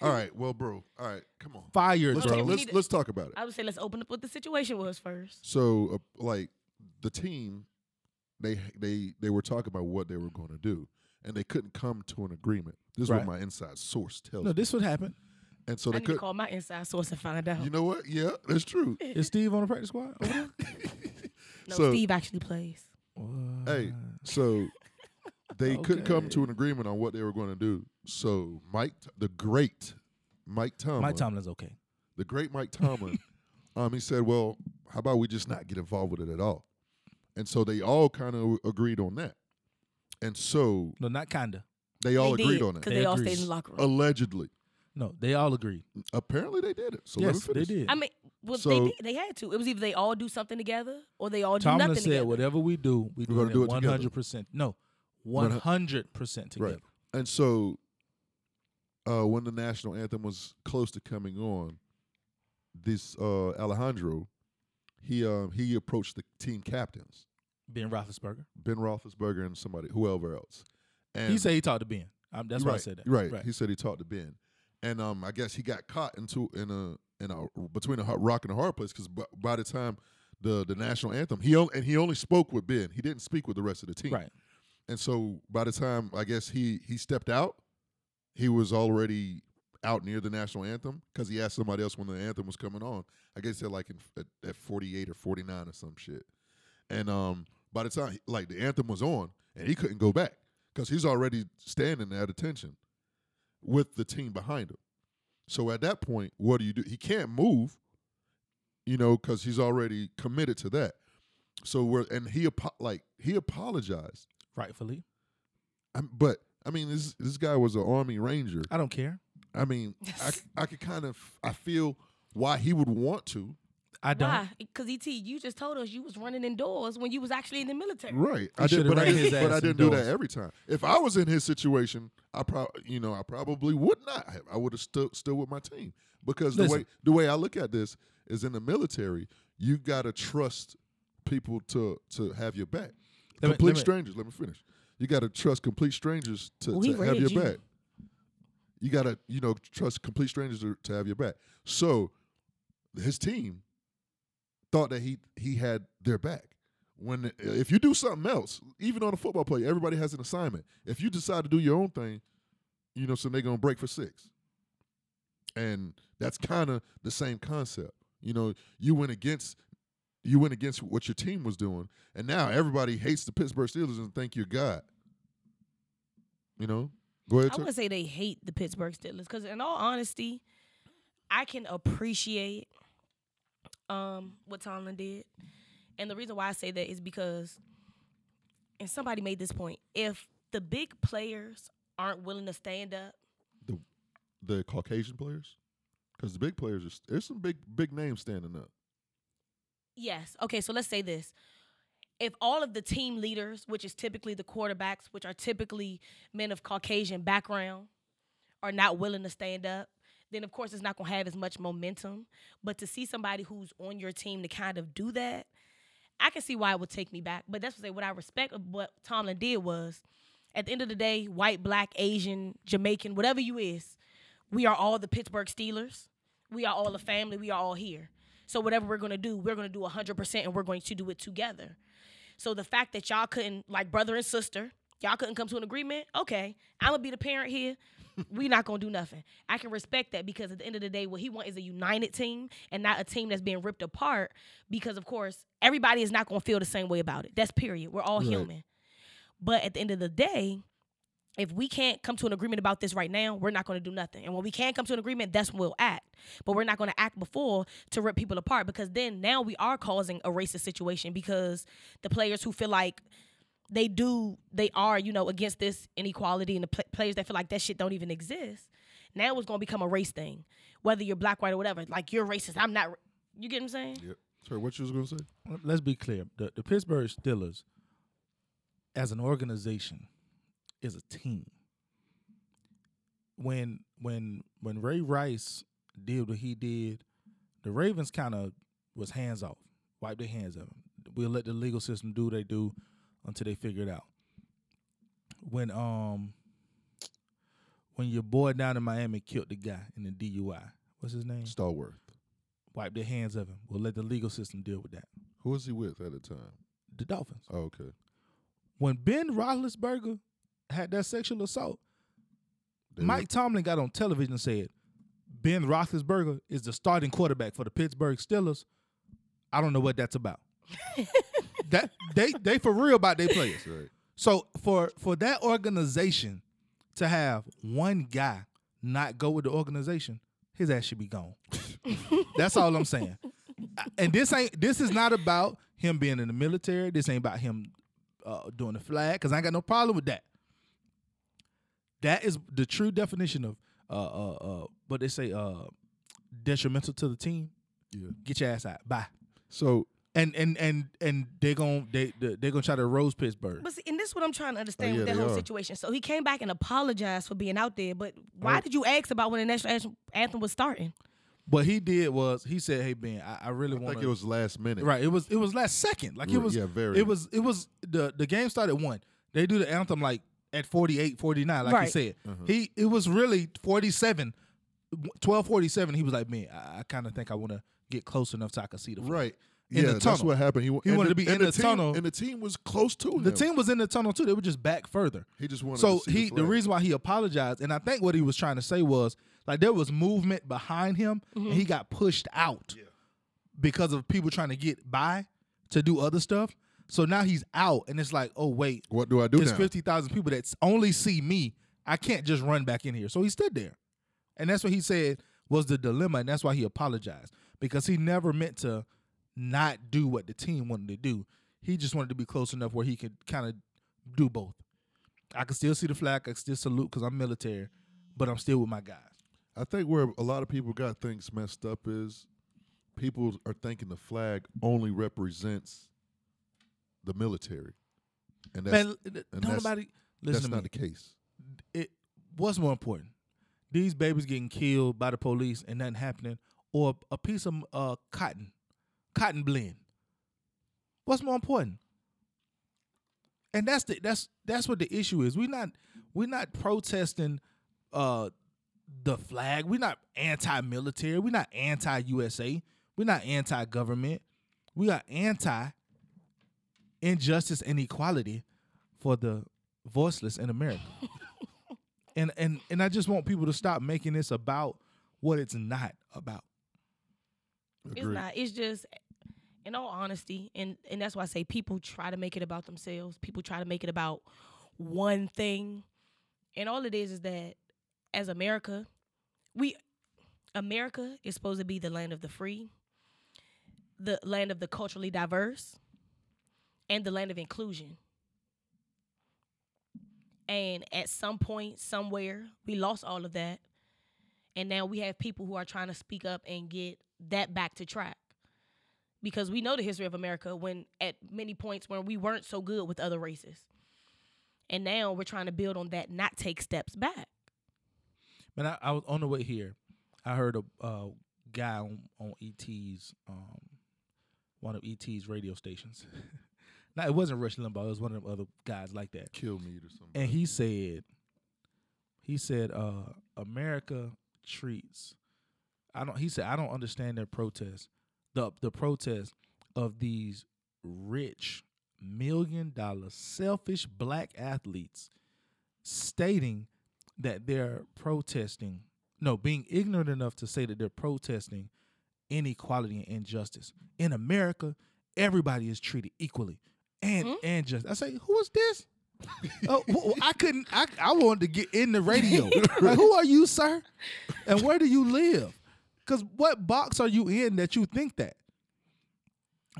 All right, well, bro. All right, come on. Fired, Let's bro. talk, We let's, need to- let's talk about it. I would say let's open up what the situation was first. So uh, like the team they they they were talking about what they were going to do and they couldn't come to an agreement. This is Right. what my inside source tells No, me. this would happen. And so I they need to could call my inside source and find out. You know what? Yeah, that's [LAUGHS] true. Is Steve on the practice squad? [LAUGHS] over there? no, so- Steve actually plays. Hey, [LAUGHS] so they couldn't come to an agreement on what they were going to do. So Mike, the great Mike Tomlin, Mike Tomlin's okay. the great Mike [LAUGHS] Tomlin, um, he said, "Well, how about we just not get involved with it at all?" And so they all kind of agreed on that. And so No, not kinda. they all agreed did, on because that. they, They all agreed. stayed in the locker room. Allegedly, No, they all agreed. apparently they did it. So let me yes, they finish. did. I mean, well, they Oh, So- did- they had to. It was either they all do something together or they all do Tomlin nothing said, together. "Whatever we do, We're we do gonna do it it one together. hundred percent. No, one hundred percent together. Right. And so uh, when the national anthem was close to coming on, this uh, Alejandro, he um, he approached the team captains, Ben Roethlisberger. Ben Roethlisberger and somebody whoever else. And he said he talked to Ben. Um, that's right, why I said that. Right. He said he talked to Ben, and um, I guess he got caught into in a in a between a hard rock and a hard place because b- by the time the the national anthem, he only, and he only spoke with Ben. He didn't speak with the rest of the team. right. And so by the time I guess he he stepped out, he was already out near the national anthem because he asked somebody else when the anthem was coming on. I guess they're like in, at, at 48 or 49 or some shit. And um, by the time like the anthem was on, and he couldn't go back because he's already standing at attention with the team behind him. So at that point, what do you do? He can't move, you know, because he's already committed to that. So we're and he apo- like he apologized. Rightfully, I, but I mean, this this guy was an Army Ranger. I don't care. I mean, I, I could kind of I feel why he would want to. I don't. Why? Because Et, you just told us you was running indoors when you was actually in the military. Right. I He did, shoulda but I ran his didn't, but I ass didn't do that indoors. every time. If I was in his situation, I probably you know I probably would not. Have. I would have still still with my team because the Listen. way the way I look at this is in the military, you gotta trust people to to have your back. Let me- complete let me- strangers. Let me finish. You gotta trust complete strangers to, Well, to he have read your you. back. You gotta you know trust complete strangers to, to have your back. So his team thought that he he had their back. When if you do something else, even on a football play, everybody has an assignment. If you decide to do your own thing, you know, so they're gonna break for six, and that's kind of the same concept. You know, you went against you went against what your team was doing, and now everybody hates the Pittsburgh Steelers and think you're God. You know, go ahead. I Tim. would say they hate the Pittsburgh Steelers because, in all honesty, I can appreciate um, what Tomlin did, and the reason why I say that is because, and somebody made this point: if the big players aren't willing to stand up, The the Caucasian players, because the big players are there's some big big names standing up. Yes. Okay, so let's say this. If all of the team leaders, which is typically the quarterbacks, which are typically men of Caucasian background, are not willing to stand up, then of course it's not going to have as much momentum. But to see somebody who's on your team to kind of do that, I can see why it would take me back. But that's what, I say, what I respect of what Tomlin did was at the end of the day, white, black, Asian, Jamaican, whatever you is, we are all the Pittsburgh Steelers. We are all a family. We are all here. So whatever we're gonna do, we're gonna do 100% and we're going to do it together. So the fact that y'all couldn't, like brother and sister, y'all couldn't come to an agreement, okay, I'm gonna be the parent here. [LAUGHS] we not gonna do nothing. I can respect that because at the end of the day, what he wants is a united team and not a team that's being ripped apart because, of course, everybody is not gonna feel the same way about it. That's period. We're all Right. human. But at the end of the day, if we can't come to an agreement about this right now, we're not going to do nothing. And when we can come to an agreement, that's when we'll act. But we're not going to act before to rip people apart because then now we are causing a racist situation because the players who feel like they do, they are, you know, against this inequality and the pl- players that feel like that shit don't even exist. Now it's going to become a race thing, whether you're black, white, or whatever. Like you're racist. I'm not. ra- You get what I'm saying? Yep. Sorry, what you was gonna say? let's be clear. The, the Pittsburgh Steelers, as an organization, is a team. When when when Ray Rice did what he did, the Ravens kind of was hands off, wiped their hands of him. We'll let the legal system do what they do until they figure it out. When um when your boy down in Miami killed the guy in the DUI, what's his name? Stallworth. Wiped their hands of him. We'll let the legal system deal with that. Who was he with at the time? The Dolphins. Oh, okay. when Ben Roethlisberger had that sexual assault, Mike Tomlin got on television and said, "Ben Roethlisberger is the starting quarterback for the Pittsburgh Steelers." I don't know what that's about. that they they for real about their players. That's right. So for for that organization to have one guy not go with the organization, his ass should be gone. That's all I'm saying. And this ain't this is not about him being in the military. This ain't about him uh, doing the flag because I ain't got no problem with that. That is the true definition of uh uh uh what they say uh detrimental to the team. Yeah. Get your ass out. Bye. So And and and and they gon' they they gonna try to rose Pittsburgh. But see, and this is what I'm trying to understand Oh, yeah, with that they whole are. situation. So he came back and apologized for being out there, but why did you ask about when the national anthem- anthem was starting? What he did was he said, "Hey Ben, I, I really I want think to." it was last minute. right. It was it was last second. Like it Yeah, was. yeah, very. It was it was the the game started at one. They do the anthem like at 48, 49, like you Right. said. Uh-huh. He it was really 47, 1247. He was like, "Man, I, I kind of think I want to get close enough so I can see the flag." Right. In yeah, the that's tunnel. what happened. He, wa- He and wanted the- to be and in the team- tunnel. and the team was close to The him. team was in the tunnel too. They were just back further. He just wanted So to see he the, the flag. reason why he apologized, and I think what he was trying to say was like there was movement behind him, and he got pushed out because of people trying to get by to do other stuff. So now he's out, and it's like, oh wait, What do I do there's now? fifty thousand people that only see me. I can't just run back in here. So he stood there, and that's what he said was the dilemma, and that's why he apologized because he never meant to not do what the team wanted to do. He just wanted to be close enough where he could kind of do both. I can still see the flag. I can still salute because I'm military, but I'm still with my guys. I think where a lot of people got things messed up is people are thinking the flag only represents the military, and that's Man, and don't that's, nobody listen that's to not me. the case. It what's more important: these babies getting killed by the police and nothing happening, or a piece of uh, cotton, cotton blend. What's more important? And that's the that's that's what the issue is. We're not we're not protesting uh the flag. We're not anti-military. We're not anti-USA. We're not anti-government. We are anti injustice and equality for the voiceless in America. and and and I just want people to stop making this about what it's not about. It's not. It's just, in all honesty, and and that's why I say people try to make it about themselves. People try to make it about one thing, and all it is is that as America, we America is supposed to be the land of the free, the land of the culturally diverse, and the land of inclusion. And at some point, somewhere, we lost all of that. And now we have people who are trying to speak up and get that back to track. Because we know the history of America when at many points when we weren't so good with other races. And now we're trying to build on that, not take steps back. Man, I, I was on the way here. I heard a uh, guy on, on ET's um, one of ET's radio stations. [LAUGHS] now it wasn't Rush Limbaugh. It was one of them other guys like that. Kill me or something. And he said, he said, uh, America treats. I don't. He said, I don't understand their protest. The the protest of these rich million dollar selfish black athletes stating that they're protesting no being ignorant enough to say that they're protesting inequality and injustice in america everybody is treated equally and Mm-hmm. and just i say who is [LAUGHS] this oh, wh- wh- I couldn't. I, I wanted to get in [LAUGHS] the radio. Like, who are you, sir? And where do you live? Because what box are you in that you think that?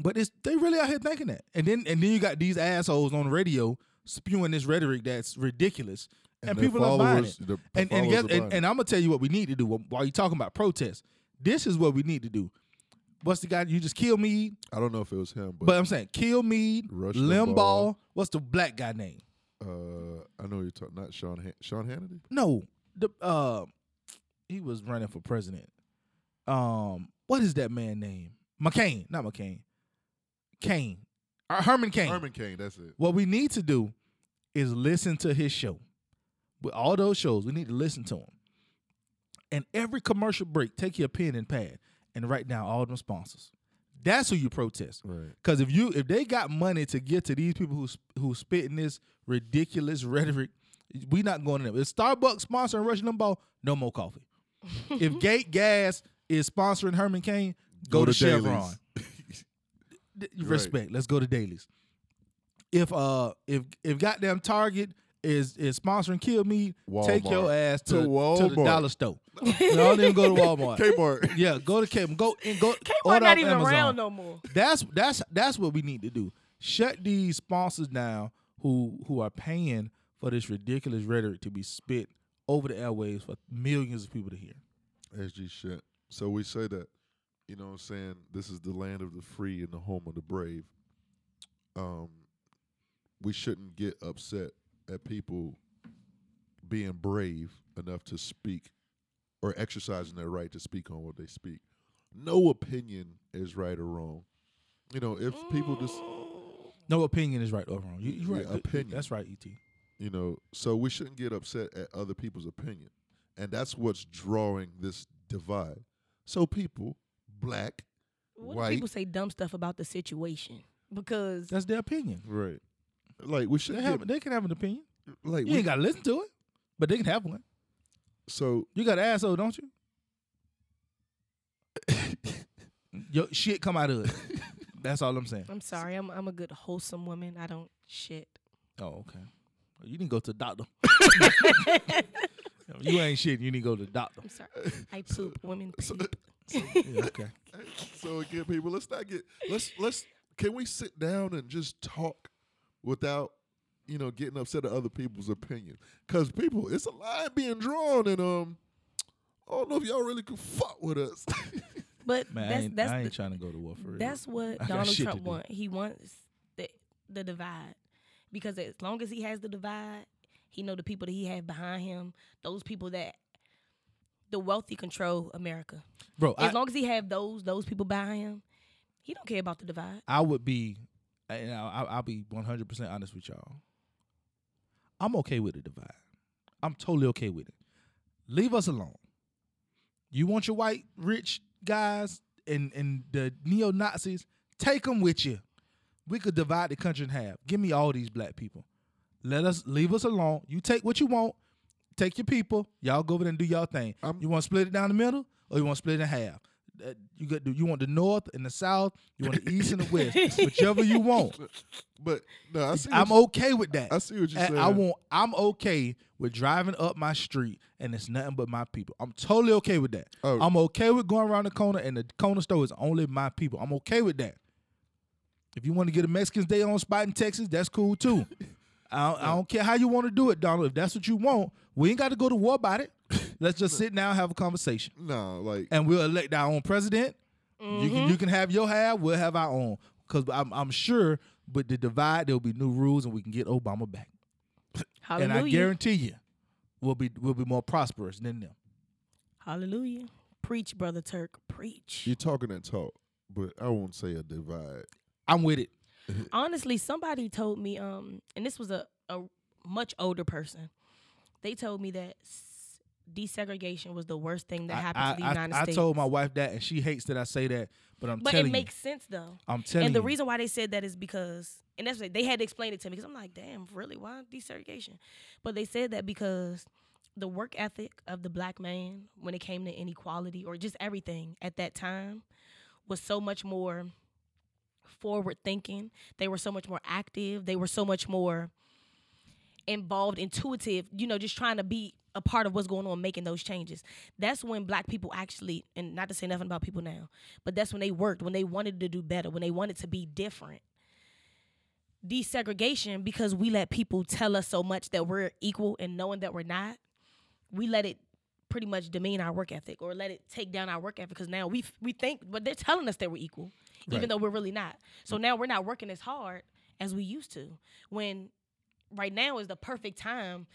But it's they really out here thinking that. And then and then you got these assholes on radio spewing this rhetoric that's ridiculous. And, And their people are buying followers- it. the- the and and, followers guess, are buying and, it. and I'm gonna tell you what we need to do while you're talking about protests. This is what we need to do. What's the guy you just kill me? I don't know if it was him, but, But I'm saying kill me, Rush Limbaugh. Limbaugh. What's the black guy name? uh, I know you're talking. Not Sean. Han- Sean Hannity. No, the uh, he was running for president. Um, what is that man name? McCain, not McCain. Kane, Uh, Herman Kane. Herman Cain. That's it. What we need to do is listen to his show. With all those shows, we need to listen to him. And every commercial break, take your pen and pad and write down all them sponsors. That's who you protest. Right. Because if you if they got money to get to these people who sp- who spitting this ridiculous rhetoric, we not going to them. If Starbucks sponsoring Rush Limbaugh, no more coffee. if Gate Gas is sponsoring Herman Cain, go, to, Chevron. D- Respect. Let's go to dailies. If uh if if goddamn Target is is sponsoring Kill Me, take Walmart. your ass to, To to the Walmart. [LAUGHS] dollar store. no, don't even go to Walmart. Kmart. Yeah, go to Kmart. Go and go. Kmart order not off even Amazon. around no more. That's that's that's what we need to do. Shut these sponsors down who who are paying for this ridiculous rhetoric to be spit over the airwaves for millions of people to hear. SG shit. So we say that, you know what I'm saying? This is the land of the free and the home of the brave. Um, we shouldn't get upset at people being brave enough to speak or exercising their right to speak on what they speak. No opinion is right or wrong. You know, if people just No opinion is right or wrong. You, you're right. Yeah, opinion. That's right, E Et. you know so we shouldn't get upset at other people's opinion and that's what's drawing this divide so people black What white do people say dumb stuff about the situation? Because That's their opinion. right like we should They have have they can have an opinion. like You we, ain't gotta listen to it, but they can have one. so You got an asshole, don't [LAUGHS] you? Your shit come out of it. That's all I'm saying. I'm sorry, I'm I'm a good wholesome woman. I don't shit. Oh, okay. Well, You didn't go to the doctor. [LAUGHS] you ain't shitting. You need to go to the doctor. I'm [LAUGHS] sorry. I poop. Women so, poop. Yeah, okay. so again people let's not get let's let's can we sit down and just talk without you know getting upset at other people's opinion because people it's a line being drawn and um i don't know if y'all really could fuck with us [LAUGHS] But Man, I that's ain't, that's I the- ain't trying to go to war for real. That's what I got Donald shit to Trump do. wants. He wants the the divide because as long as he has the divide, he know the people that he have behind him. Those people that the wealthy control America. bro. I, As long as he have those those people behind him, he don't care about the divide. I would be, uh, and I'll, I'll be one hundred percent honest with y'all. I'm okay with the divide. I'm totally okay with it. Leave us alone. You want your white rich guys and and the neo Nazis? Take them with you. We could divide the country in half. Give me all these black people. Let us leave us alone. You take what you want. Take your people. Y'all go over there and do y'all thing. I'm- you want to split it down the middle, or you want to split it in half? Uh, You got you want the north and the south. You want the east and the west. Whichever you want. but no i see what I'm you- okay with that. I see what you're And I saying. want. I'm okay with driving up my street and it's nothing but my people. I'm totally okay with that. Oh. I'm okay with going around the corner and the corner store is only my people. I'm [LAUGHS] okay with that. If you want to get a Mexican's Day on spot in Texas, that's cool too. I don't, I don't care how you want to do it, Donald. If that's what you want, we ain't got to go to [LAUGHS] war about it. Let's just sit down and have a conversation. No, like and we'll elect our own president. You can Mm-hmm. you can have your half. We'll have our own. Because I'm I'm sure, but the divide there'll be new rules, and we can get Obama back. Hallelujah. And I guarantee you, we'll be we'll be more prosperous than them. Hallelujah. Preach, brother Turk. Preach. you're talking that talk, but I won't say a divide. I'm with it. honestly somebody told me um and this was a, a much older person they told me that s- desegregation was the worst thing that I- happened to the I, I- united I states told my wife that, and she hates that I say that. But I'm but telling it makes you, sense though I'm telling and the you. reason why they said that is because and that's what they had to explain it to me because i'm like damn really why desegregation but they said that because the work ethic of the black man when it came to inequality or just everything at that time was so much more forward thinking. They were so much more active. They were so much more involved, intuitive, you know, just trying to be a part of what's going on, making those changes. That's when black people actually, and not to say nothing about people now, but that's when they worked, when they wanted to do better, when they wanted to be different. Desegregation, because we let people tell us so much that we're equal and knowing that we're not, we let it pretty much demean our work ethic or let it take down our work ethic because now we we think but they're telling us that we're equal even Right. though we're really not so now we're not working as hard as we used to when right now is the perfect time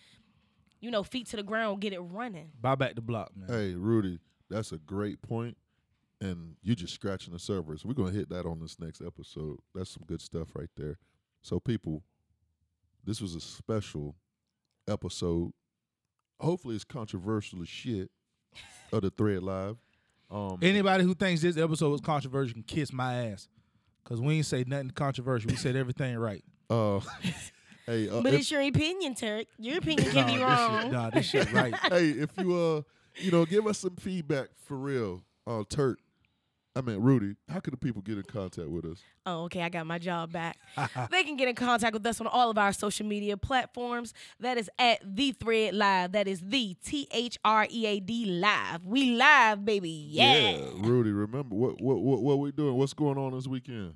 you know feet to the ground get it running buy back the block, man. Hey, Rudy, that's a great point, and you just scratching the surface. We're gonna hit that on this next episode. That's some good stuff right there. So, people, this was a special episode. Hopefully, it's controversial as shit of the Thread Live. Um, Anybody who thinks this episode was controversial can kiss my ass. Cause we ain't say nothing controversial. We said everything right. uh, [LAUGHS] hey, uh, but if- [LAUGHS] it's your opinion Tarek. your opinion can be Nah, this shit, wrong nah, this [LAUGHS] shit right. hey, if you uh, you know, give us some feedback for real, uh, Turk. I mean, Rudy, how can the people get in contact with us? Oh, okay. I got my [LAUGHS] job back. they can get in contact with us on all of our social media platforms. That is at The Thread Live. That is the T H R E A D Live. We live, baby. Yeah. Rudy, remember what what what, what we doing? What's going on this weekend?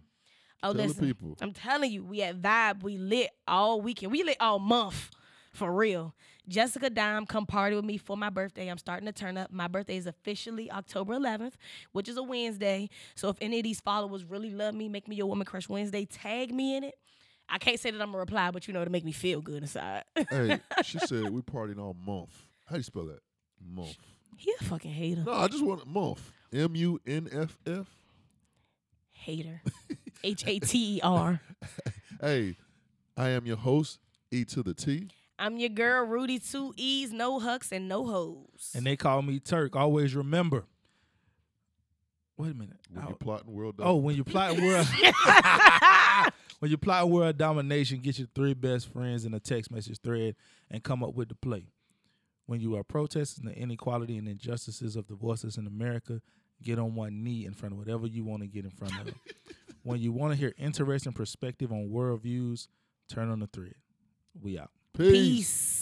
oh, tell the people. I'm telling you, we at Vibe. We lit all weekend. We lit all month. For real. Jessica Dime, come party with me for my birthday. I'm starting to turn up. My birthday is officially October 11th, which is a Wednesday. So if any of these followers really love me, make me your woman crush Wednesday, tag me in it. I can't say that I'm gonna reply, but you know to make me feel good inside. [LAUGHS] Hey, she said we partying all month. How do you spell that? Month. he a fucking hater. No, I just want month. M U N F F. Hater. H A T E R. Hey, I am your host, E to the T. I'm your girl, Rudy. Two E's, no hucks and no hoes. And they call me Turk. Always remember. Wait a minute. When Oh, you plotting world. oh, when you [LAUGHS] plot world when you plot world domination, get your three best friends in a text message thread and come up with the play. When you are protesting the inequality and injustices of the voices in America, get on one knee in front of whatever you want to get in front [LAUGHS] of. when you want to hear interesting perspective on worldviews, turn on the thread. We out. Peace. Peace.